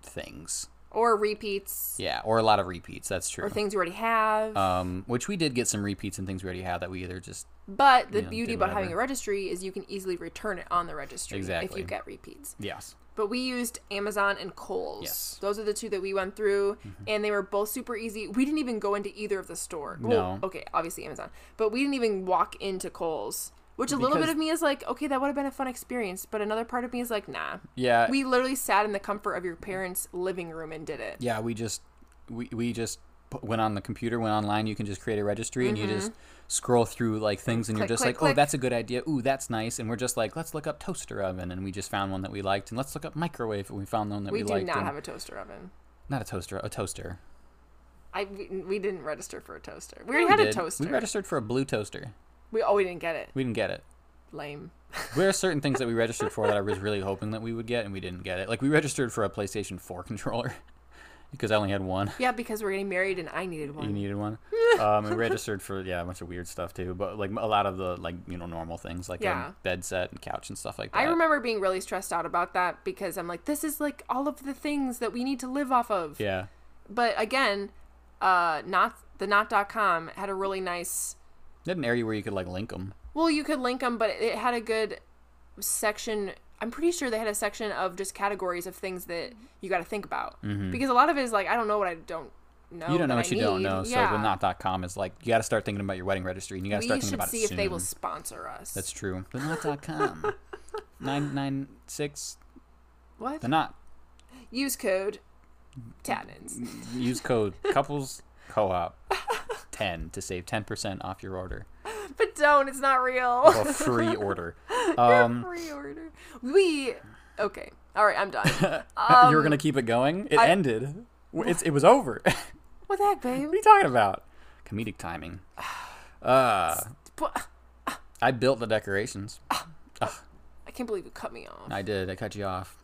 [SPEAKER 1] things.
[SPEAKER 2] or repeats
[SPEAKER 1] Yeah, or a lot of repeats. That's true.
[SPEAKER 2] or things you already have.
[SPEAKER 1] um, which we did get some repeats and things we already had that we either just
[SPEAKER 2] but the
[SPEAKER 1] know,
[SPEAKER 2] beauty
[SPEAKER 1] did
[SPEAKER 2] about having a
[SPEAKER 1] whatever.
[SPEAKER 2] registry is you can easily return it on the registry if
[SPEAKER 1] Exactly.
[SPEAKER 2] you get repeats.
[SPEAKER 1] yes.
[SPEAKER 2] But we used Amazon and Kohl's.
[SPEAKER 1] Yes. Mm-hmm.
[SPEAKER 2] Those are the two that we went through, and they were both super easy. We didn't even go into either of the store. Well,
[SPEAKER 1] No.
[SPEAKER 2] okay, obviously Amazon, but we didn't even walk into Kohl's. Which a little bit
[SPEAKER 1] Because-
[SPEAKER 2] of me is like, okay, that would have been a fun experience, but another part of me is like, nah.
[SPEAKER 1] Yeah.
[SPEAKER 2] We literally sat in the comfort of your parents' living room and did it.
[SPEAKER 1] yeah we just we, we just pu- went on the computer went online you can just create a registry and you just scroll through like things and
[SPEAKER 2] Mm-hmm. Click,
[SPEAKER 1] you're just
[SPEAKER 2] click,
[SPEAKER 1] like oh
[SPEAKER 2] click.
[SPEAKER 1] that's a good idea ooh that's nice and we're just like let's look up toaster oven and we just found one that we liked and let's look up microwave and we found one that
[SPEAKER 2] We,
[SPEAKER 1] we,
[SPEAKER 2] do
[SPEAKER 1] liked
[SPEAKER 2] not
[SPEAKER 1] and-
[SPEAKER 2] have a toaster oven.
[SPEAKER 1] not a toaster a toaster
[SPEAKER 2] I we, we didn't register for a toaster. We already had
[SPEAKER 1] did.
[SPEAKER 2] a toaster.
[SPEAKER 1] we registered for a blue toaster
[SPEAKER 2] we oh we didn't get it.
[SPEAKER 1] we didn't get it
[SPEAKER 2] Lame.
[SPEAKER 1] there are certain things that we registered for that I was really hoping that we would get and we didn't get it like we registered for a PlayStation 4 controller because I only had one
[SPEAKER 2] Yeah, because we're getting married and I needed
[SPEAKER 1] You
[SPEAKER 2] one.
[SPEAKER 1] needed one. Um, and registered for yeah, a bunch of weird stuff too, but like a lot of the like you know normal things like
[SPEAKER 2] Yeah.
[SPEAKER 1] a bed set and couch and stuff like that.
[SPEAKER 2] I remember being really stressed out about that because I'm like, this is like all of the things that we need to live off of.
[SPEAKER 1] Yeah,
[SPEAKER 2] But again, uh, not the knot.com had a really nice.
[SPEAKER 1] had an area where you could like link them.
[SPEAKER 2] Well, you could link them, but it had a good section. I'm pretty sure they had a section of just categories of things that you got to think about because a lot of it is like I don't know what I don't know.
[SPEAKER 1] Mm-hmm. You don't know
[SPEAKER 2] that
[SPEAKER 1] what
[SPEAKER 2] Oh, I
[SPEAKER 1] you don't
[SPEAKER 2] need.
[SPEAKER 1] know.
[SPEAKER 2] Yeah.
[SPEAKER 1] So the not.com is like you got to start thinking about your wedding registry and you got to
[SPEAKER 2] we
[SPEAKER 1] start thinking
[SPEAKER 2] should
[SPEAKER 1] about
[SPEAKER 2] see
[SPEAKER 1] it
[SPEAKER 2] if
[SPEAKER 1] soon.
[SPEAKER 2] they will sponsor us.
[SPEAKER 1] That's true. The not.com nine nine six
[SPEAKER 2] what
[SPEAKER 1] the not
[SPEAKER 2] use code
[SPEAKER 1] Mm-hmm.
[SPEAKER 2] Tannins.
[SPEAKER 1] use code couples co-op ten to save ten percent off your order
[SPEAKER 2] but don't. It's not real.
[SPEAKER 1] or free order. Um,
[SPEAKER 2] Reorder. We okay. All right, I'm done.
[SPEAKER 1] you were
[SPEAKER 2] um,
[SPEAKER 1] gonna keep it going. It ended. It's, it was over.
[SPEAKER 2] what the heck, babe?
[SPEAKER 1] What are you talking about? Comedic timing. Uh,
[SPEAKER 2] What-
[SPEAKER 1] I built the decorations.
[SPEAKER 2] I can't believe you cut me off.
[SPEAKER 1] I did. I cut you off.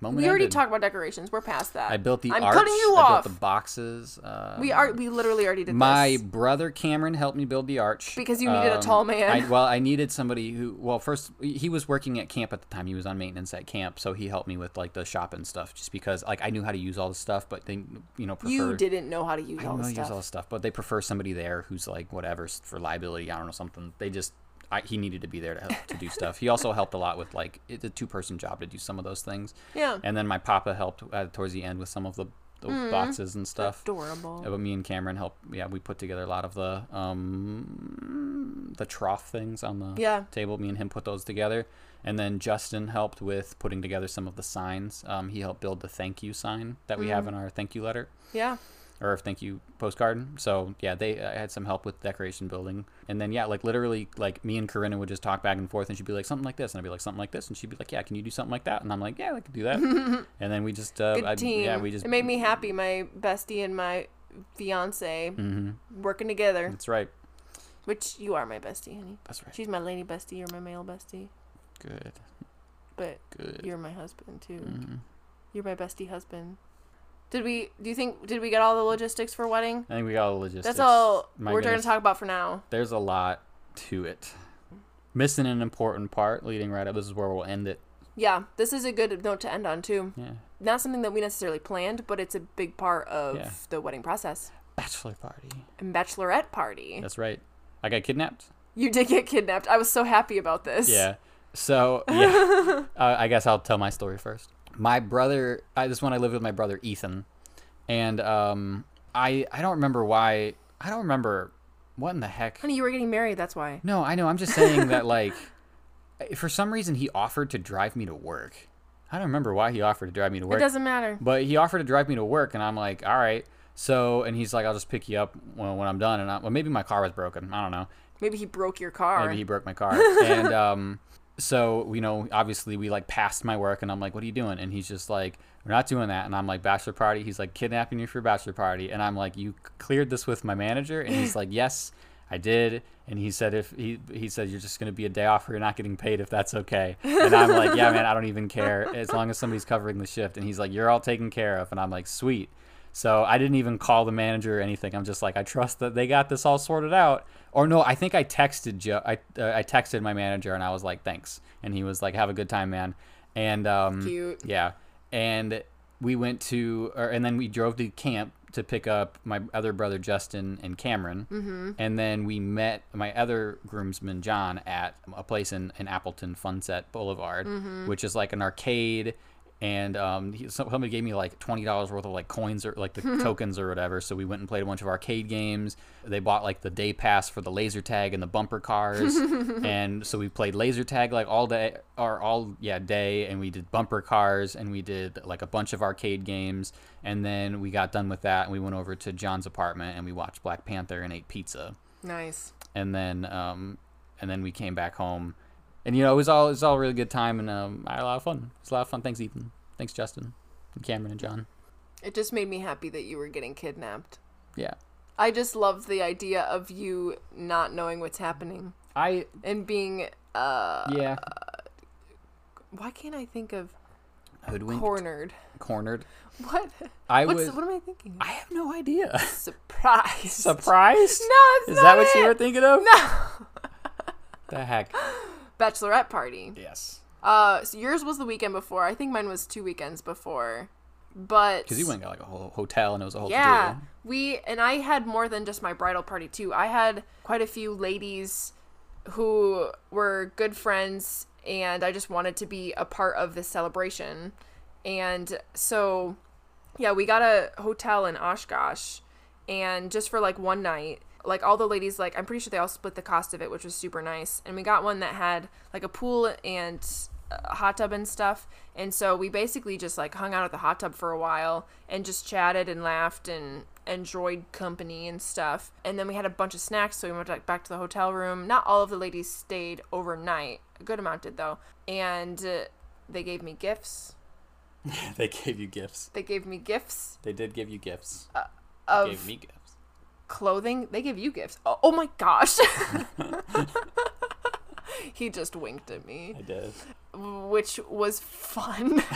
[SPEAKER 1] Moment
[SPEAKER 2] We already
[SPEAKER 1] ended.
[SPEAKER 2] talked about decorations. We're past that.
[SPEAKER 1] I built the
[SPEAKER 2] I'm
[SPEAKER 1] arch.
[SPEAKER 2] cutting you
[SPEAKER 1] I
[SPEAKER 2] off.
[SPEAKER 1] built the boxes. Uh,
[SPEAKER 2] we are. We literally already did
[SPEAKER 1] My
[SPEAKER 2] this.
[SPEAKER 1] brother Cameron helped me build the arch Um,
[SPEAKER 2] Because you needed a tall man.
[SPEAKER 1] I, well, I needed somebody who. Well, first he was working at camp at the time. He was on maintenance at camp, so he helped me with like the shop and stuff, just because like I knew how to use all the stuff, but they you know prefer
[SPEAKER 2] You didn't know how to use
[SPEAKER 1] I
[SPEAKER 2] all
[SPEAKER 1] know
[SPEAKER 2] this
[SPEAKER 1] he does
[SPEAKER 2] stuff.
[SPEAKER 1] all this stuff, but they prefer somebody there who's like whatever s- for liability. I don't know something. They just I, he needed to be there to help to do stuff. He also helped a lot with like it's a two person job to do some of those things.
[SPEAKER 2] Yeah. Mm-hmm.
[SPEAKER 1] And then my papa helped uh, towards the end with some of the, the boxes and stuff.
[SPEAKER 2] Adorable.
[SPEAKER 1] Uh, But me and Cameron helped. Yeah, we put together a lot of the um the trough things on the
[SPEAKER 2] Yeah.
[SPEAKER 1] table. Me and him put those together, and then Justin helped with putting together some of the signs. Um, he helped build the thank you sign that we
[SPEAKER 2] Mm.
[SPEAKER 1] have in our thank you letter
[SPEAKER 2] Yeah.
[SPEAKER 1] or if thank you postcard. So yeah, they I had some help with decoration building, and then yeah, like literally, like me and Corinna would just talk back and forth, and she'd be like something like this, and I'd be like something like this, and she'd be like, yeah, can you do something like that? And I'm like, yeah, I could do that. and then we just uh,
[SPEAKER 2] Good
[SPEAKER 1] I,
[SPEAKER 2] team.
[SPEAKER 1] yeah, we just
[SPEAKER 2] It made me happy. My bestie and my fiance working together.
[SPEAKER 1] Mm-hmm. That's right.
[SPEAKER 2] Which you are my bestie, honey.
[SPEAKER 1] That's right.
[SPEAKER 2] She's my lady bestie. You're my male bestie.
[SPEAKER 1] Good.
[SPEAKER 2] But
[SPEAKER 1] Good. Mm-hmm.
[SPEAKER 2] you're my husband too. You're my bestie husband. Did we? Do you think? Did we get all the logistics for wedding?
[SPEAKER 1] I think we got all the logistics.
[SPEAKER 2] That's all
[SPEAKER 1] My
[SPEAKER 2] we're going
[SPEAKER 1] goodness,
[SPEAKER 2] to talk about for now.
[SPEAKER 1] There's a lot to it. Missing an important part leading right up. This is where we'll end it.
[SPEAKER 2] Yeah, this is a good note to end on too.
[SPEAKER 1] Yeah.
[SPEAKER 2] Not something that we necessarily planned, but it's a big part of
[SPEAKER 1] Yeah.
[SPEAKER 2] the wedding process.
[SPEAKER 1] Bachelor party.
[SPEAKER 2] And bachelorette party.
[SPEAKER 1] That's right. I got kidnapped.
[SPEAKER 2] You did get kidnapped. I was so happy about this.
[SPEAKER 1] Yeah. So yeah, uh, I guess I'll tell my story first. My brother, I, this one I lived with my brother Ethan, and um, I I don't remember why. I don't remember what in the heck.
[SPEAKER 2] Honey, you were getting married. That's why.
[SPEAKER 1] No, I know. I'm just saying that like, eh, for some reason he offered to drive me to work. I don't remember why he offered to drive me to
[SPEAKER 2] It
[SPEAKER 1] work.
[SPEAKER 2] doesn't matter.
[SPEAKER 1] But he offered to drive me to work, and I'm like, all right. So, and he's like, I'll just pick you up when, when I'm done. And I, well, maybe my car was broken. I don't know.
[SPEAKER 2] Maybe he broke your car.
[SPEAKER 1] Maybe he broke my car. and um, so, you know, obviously we like passed my work and I'm like, what are you doing? And he's just like, we're not doing that. And I'm like, bachelor party. He's like, kidnapping you for your bachelor party. And I'm like, you cleared this with my manager? And he's like, yes, I did. And he said, if he, he said, you're just going to be a day off or you're not getting paid if that's okay. And I'm like, yeah, man, I don't even care as long as somebody's covering the shift. And he's like, you're all taken care of. And I'm like, sweet. So I didn't even call the manager or anything. I'm just like, I trust that they got this all sorted out. Or no, I think I texted Joe. I uh, I texted my manager and I was like, thanks. And he was like, have a good time, man. And um,
[SPEAKER 2] Cute.
[SPEAKER 1] yeah. And we went to, or, and then we drove to camp to pick up my other brother Justin and Cameron. Mm-hmm. And then we met my other groomsman John at a place in, in Appleton, Sunset Boulevard, which is like an arcade. And um, he, some- somebody gave me like twenty dollars worth of like coins or like the tokens or whatever. So we went and played a bunch of arcade games. They bought like the day pass for the laser tag and the bumper cars, and so we played laser tag like all day or all yeah day. And we did bumper cars and we did like a bunch of arcade games. And then we got done with that and we went over to John's apartment and we watched Black Panther and ate pizza
[SPEAKER 2] nice.
[SPEAKER 1] and then um, and then we came back home, and you know it was all it was all a really good time, and um, I had a lot of fun. It was a lot of fun. Thanks, Ethan. Thanks, Justin, and Cameron, and John.
[SPEAKER 2] It just made me happy that you were getting kidnapped.
[SPEAKER 1] Yeah,
[SPEAKER 2] I just love the idea of you not knowing what's happening
[SPEAKER 1] I
[SPEAKER 2] and being uh
[SPEAKER 1] yeah
[SPEAKER 2] why can't I think of
[SPEAKER 1] hoodwinked,
[SPEAKER 2] cornered?
[SPEAKER 1] cornered.
[SPEAKER 2] What?
[SPEAKER 1] I
[SPEAKER 2] What's,
[SPEAKER 1] was.
[SPEAKER 2] what am I thinking?
[SPEAKER 1] I have no idea.
[SPEAKER 2] Surprise.
[SPEAKER 1] Surprised?
[SPEAKER 2] No, it's
[SPEAKER 1] Is
[SPEAKER 2] not
[SPEAKER 1] that what you
[SPEAKER 2] it.
[SPEAKER 1] were thinking of? No. the heck.
[SPEAKER 2] Bachelorette party.
[SPEAKER 1] Yes.
[SPEAKER 2] Uh, so yours was the weekend before. I think mine was two weekends before. But
[SPEAKER 1] Because you went and got like a whole hotel, and it was a whole
[SPEAKER 2] yeah,
[SPEAKER 1] to-do.
[SPEAKER 2] we and I had more than just my bridal party too. I had quite a few ladies who were good friends, and I just wanted to be a part of this celebration. And so, yeah, we got a hotel in Oshkosh, and just for like one night. Like all the ladies, like I'm pretty sure they all split the cost of it, which was super nice. And we got one that had like a pool and a hot tub and stuff. And so we basically just like hung out at the hot tub for a while and just chatted and laughed and enjoyed company and stuff. And then we had a bunch of snacks, so we went like, back to the hotel room. Not all of the ladies stayed overnight. A good amount did though. And uh, they gave me gifts.
[SPEAKER 1] they gave you gifts.
[SPEAKER 2] They gave me gifts
[SPEAKER 1] They did give you gifts.
[SPEAKER 2] Uh, of
[SPEAKER 1] they gave me gifts.
[SPEAKER 2] clothing. They give you gifts. Oh, oh my gosh. he just winked at me,
[SPEAKER 1] I did.
[SPEAKER 2] which was fun.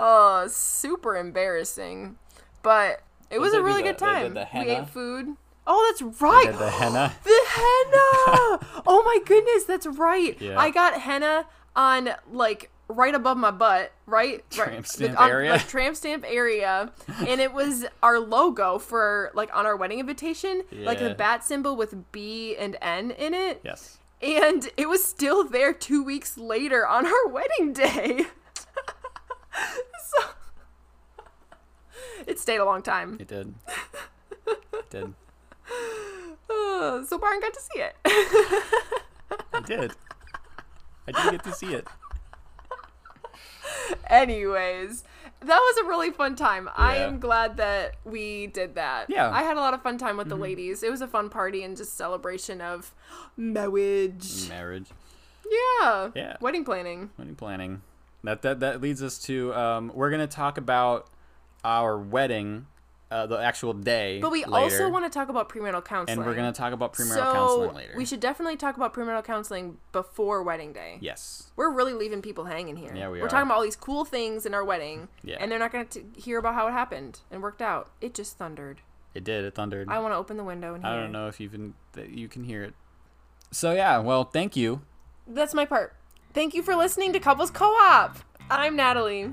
[SPEAKER 2] Oh, super embarrassing. But it was
[SPEAKER 1] did
[SPEAKER 2] a
[SPEAKER 1] do
[SPEAKER 2] really
[SPEAKER 1] the-
[SPEAKER 2] good
[SPEAKER 1] they did
[SPEAKER 2] time.
[SPEAKER 1] the
[SPEAKER 2] we
[SPEAKER 1] henna.
[SPEAKER 2] ate food. Oh, that's right.
[SPEAKER 1] did the henna.
[SPEAKER 2] The henna. oh my goodness, that's right.
[SPEAKER 1] Yeah.
[SPEAKER 2] I got henna on like right above my butt, right?
[SPEAKER 1] Tramp
[SPEAKER 2] Right-
[SPEAKER 1] stamp
[SPEAKER 2] on-
[SPEAKER 1] area.
[SPEAKER 2] like, tramp stamp area, and it was our logo for like on our wedding invitation, like
[SPEAKER 1] Yeah.
[SPEAKER 2] the bat symbol with B and N in it.
[SPEAKER 1] Yes.
[SPEAKER 2] And it was still there two weeks later on our wedding day. so it stayed a long time.
[SPEAKER 1] It did. It did.
[SPEAKER 2] Uh, so Byron got to see it.
[SPEAKER 1] I did. I did get to see it.
[SPEAKER 2] Anyways, that was a really fun time. I
[SPEAKER 1] Yeah.
[SPEAKER 2] am glad that we did that.
[SPEAKER 1] Yeah. Mm-hmm.
[SPEAKER 2] I had a lot of fun time with the ladies. It was a fun party and just celebration of marriage.
[SPEAKER 1] Marriage.
[SPEAKER 2] Yeah.
[SPEAKER 1] Mm. Yeah.
[SPEAKER 2] Wedding planning.
[SPEAKER 1] Wedding planning. That that that leads us to um, we're gonna talk about our wedding, uh, the actual day.
[SPEAKER 2] But we also want to talk about premarital counseling.
[SPEAKER 1] and we're gonna talk about premarital
[SPEAKER 2] so
[SPEAKER 1] counseling later.
[SPEAKER 2] We should definitely talk about premarital counseling before wedding day.
[SPEAKER 1] Yes.
[SPEAKER 2] We're really leaving people hanging here.
[SPEAKER 1] Yeah, we
[SPEAKER 2] We're
[SPEAKER 1] are.
[SPEAKER 2] talking about all these cool things in our wedding,
[SPEAKER 1] Yeah.
[SPEAKER 2] and they're not going to hear about how it happened and worked out. It just thundered.
[SPEAKER 1] It did. It thundered.
[SPEAKER 2] I want to open the window and hear.
[SPEAKER 1] I don't know if you can that you can hear it. So yeah, well, thank you.
[SPEAKER 2] That's my part. Thank you for listening to Couples Co-op. I'm Natalie.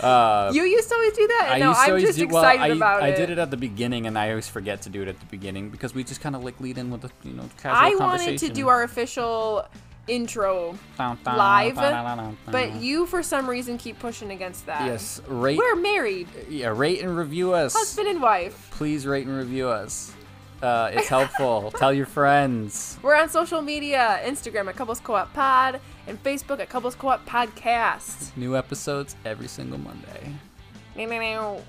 [SPEAKER 1] Uh,
[SPEAKER 2] You used to always do that. and now
[SPEAKER 1] used to
[SPEAKER 2] I'm
[SPEAKER 1] always
[SPEAKER 2] just
[SPEAKER 1] do- well,
[SPEAKER 2] excited
[SPEAKER 1] I-
[SPEAKER 2] about
[SPEAKER 1] I
[SPEAKER 2] it.
[SPEAKER 1] did it at the beginning, and I always forget to do it at the beginning because we just kind of like lead in with a you know casual
[SPEAKER 2] I
[SPEAKER 1] conversation.
[SPEAKER 2] wanted to do our official intro,
[SPEAKER 1] Dun, dun,
[SPEAKER 2] live,
[SPEAKER 1] dun, dun, dun, dun.
[SPEAKER 2] but you for some reason keep pushing against that.
[SPEAKER 1] yes, rate
[SPEAKER 2] We're married,
[SPEAKER 1] yeah, rate and review us.
[SPEAKER 2] husband and wife.
[SPEAKER 1] Please rate and review us. Uh, it's helpful. Tell your friends.
[SPEAKER 2] We're on social media, Instagram at Couples Co-op Pod and Facebook at Couples Co-op Podcast.
[SPEAKER 1] New episodes every single Monday.
[SPEAKER 2] Meow, meow, meow.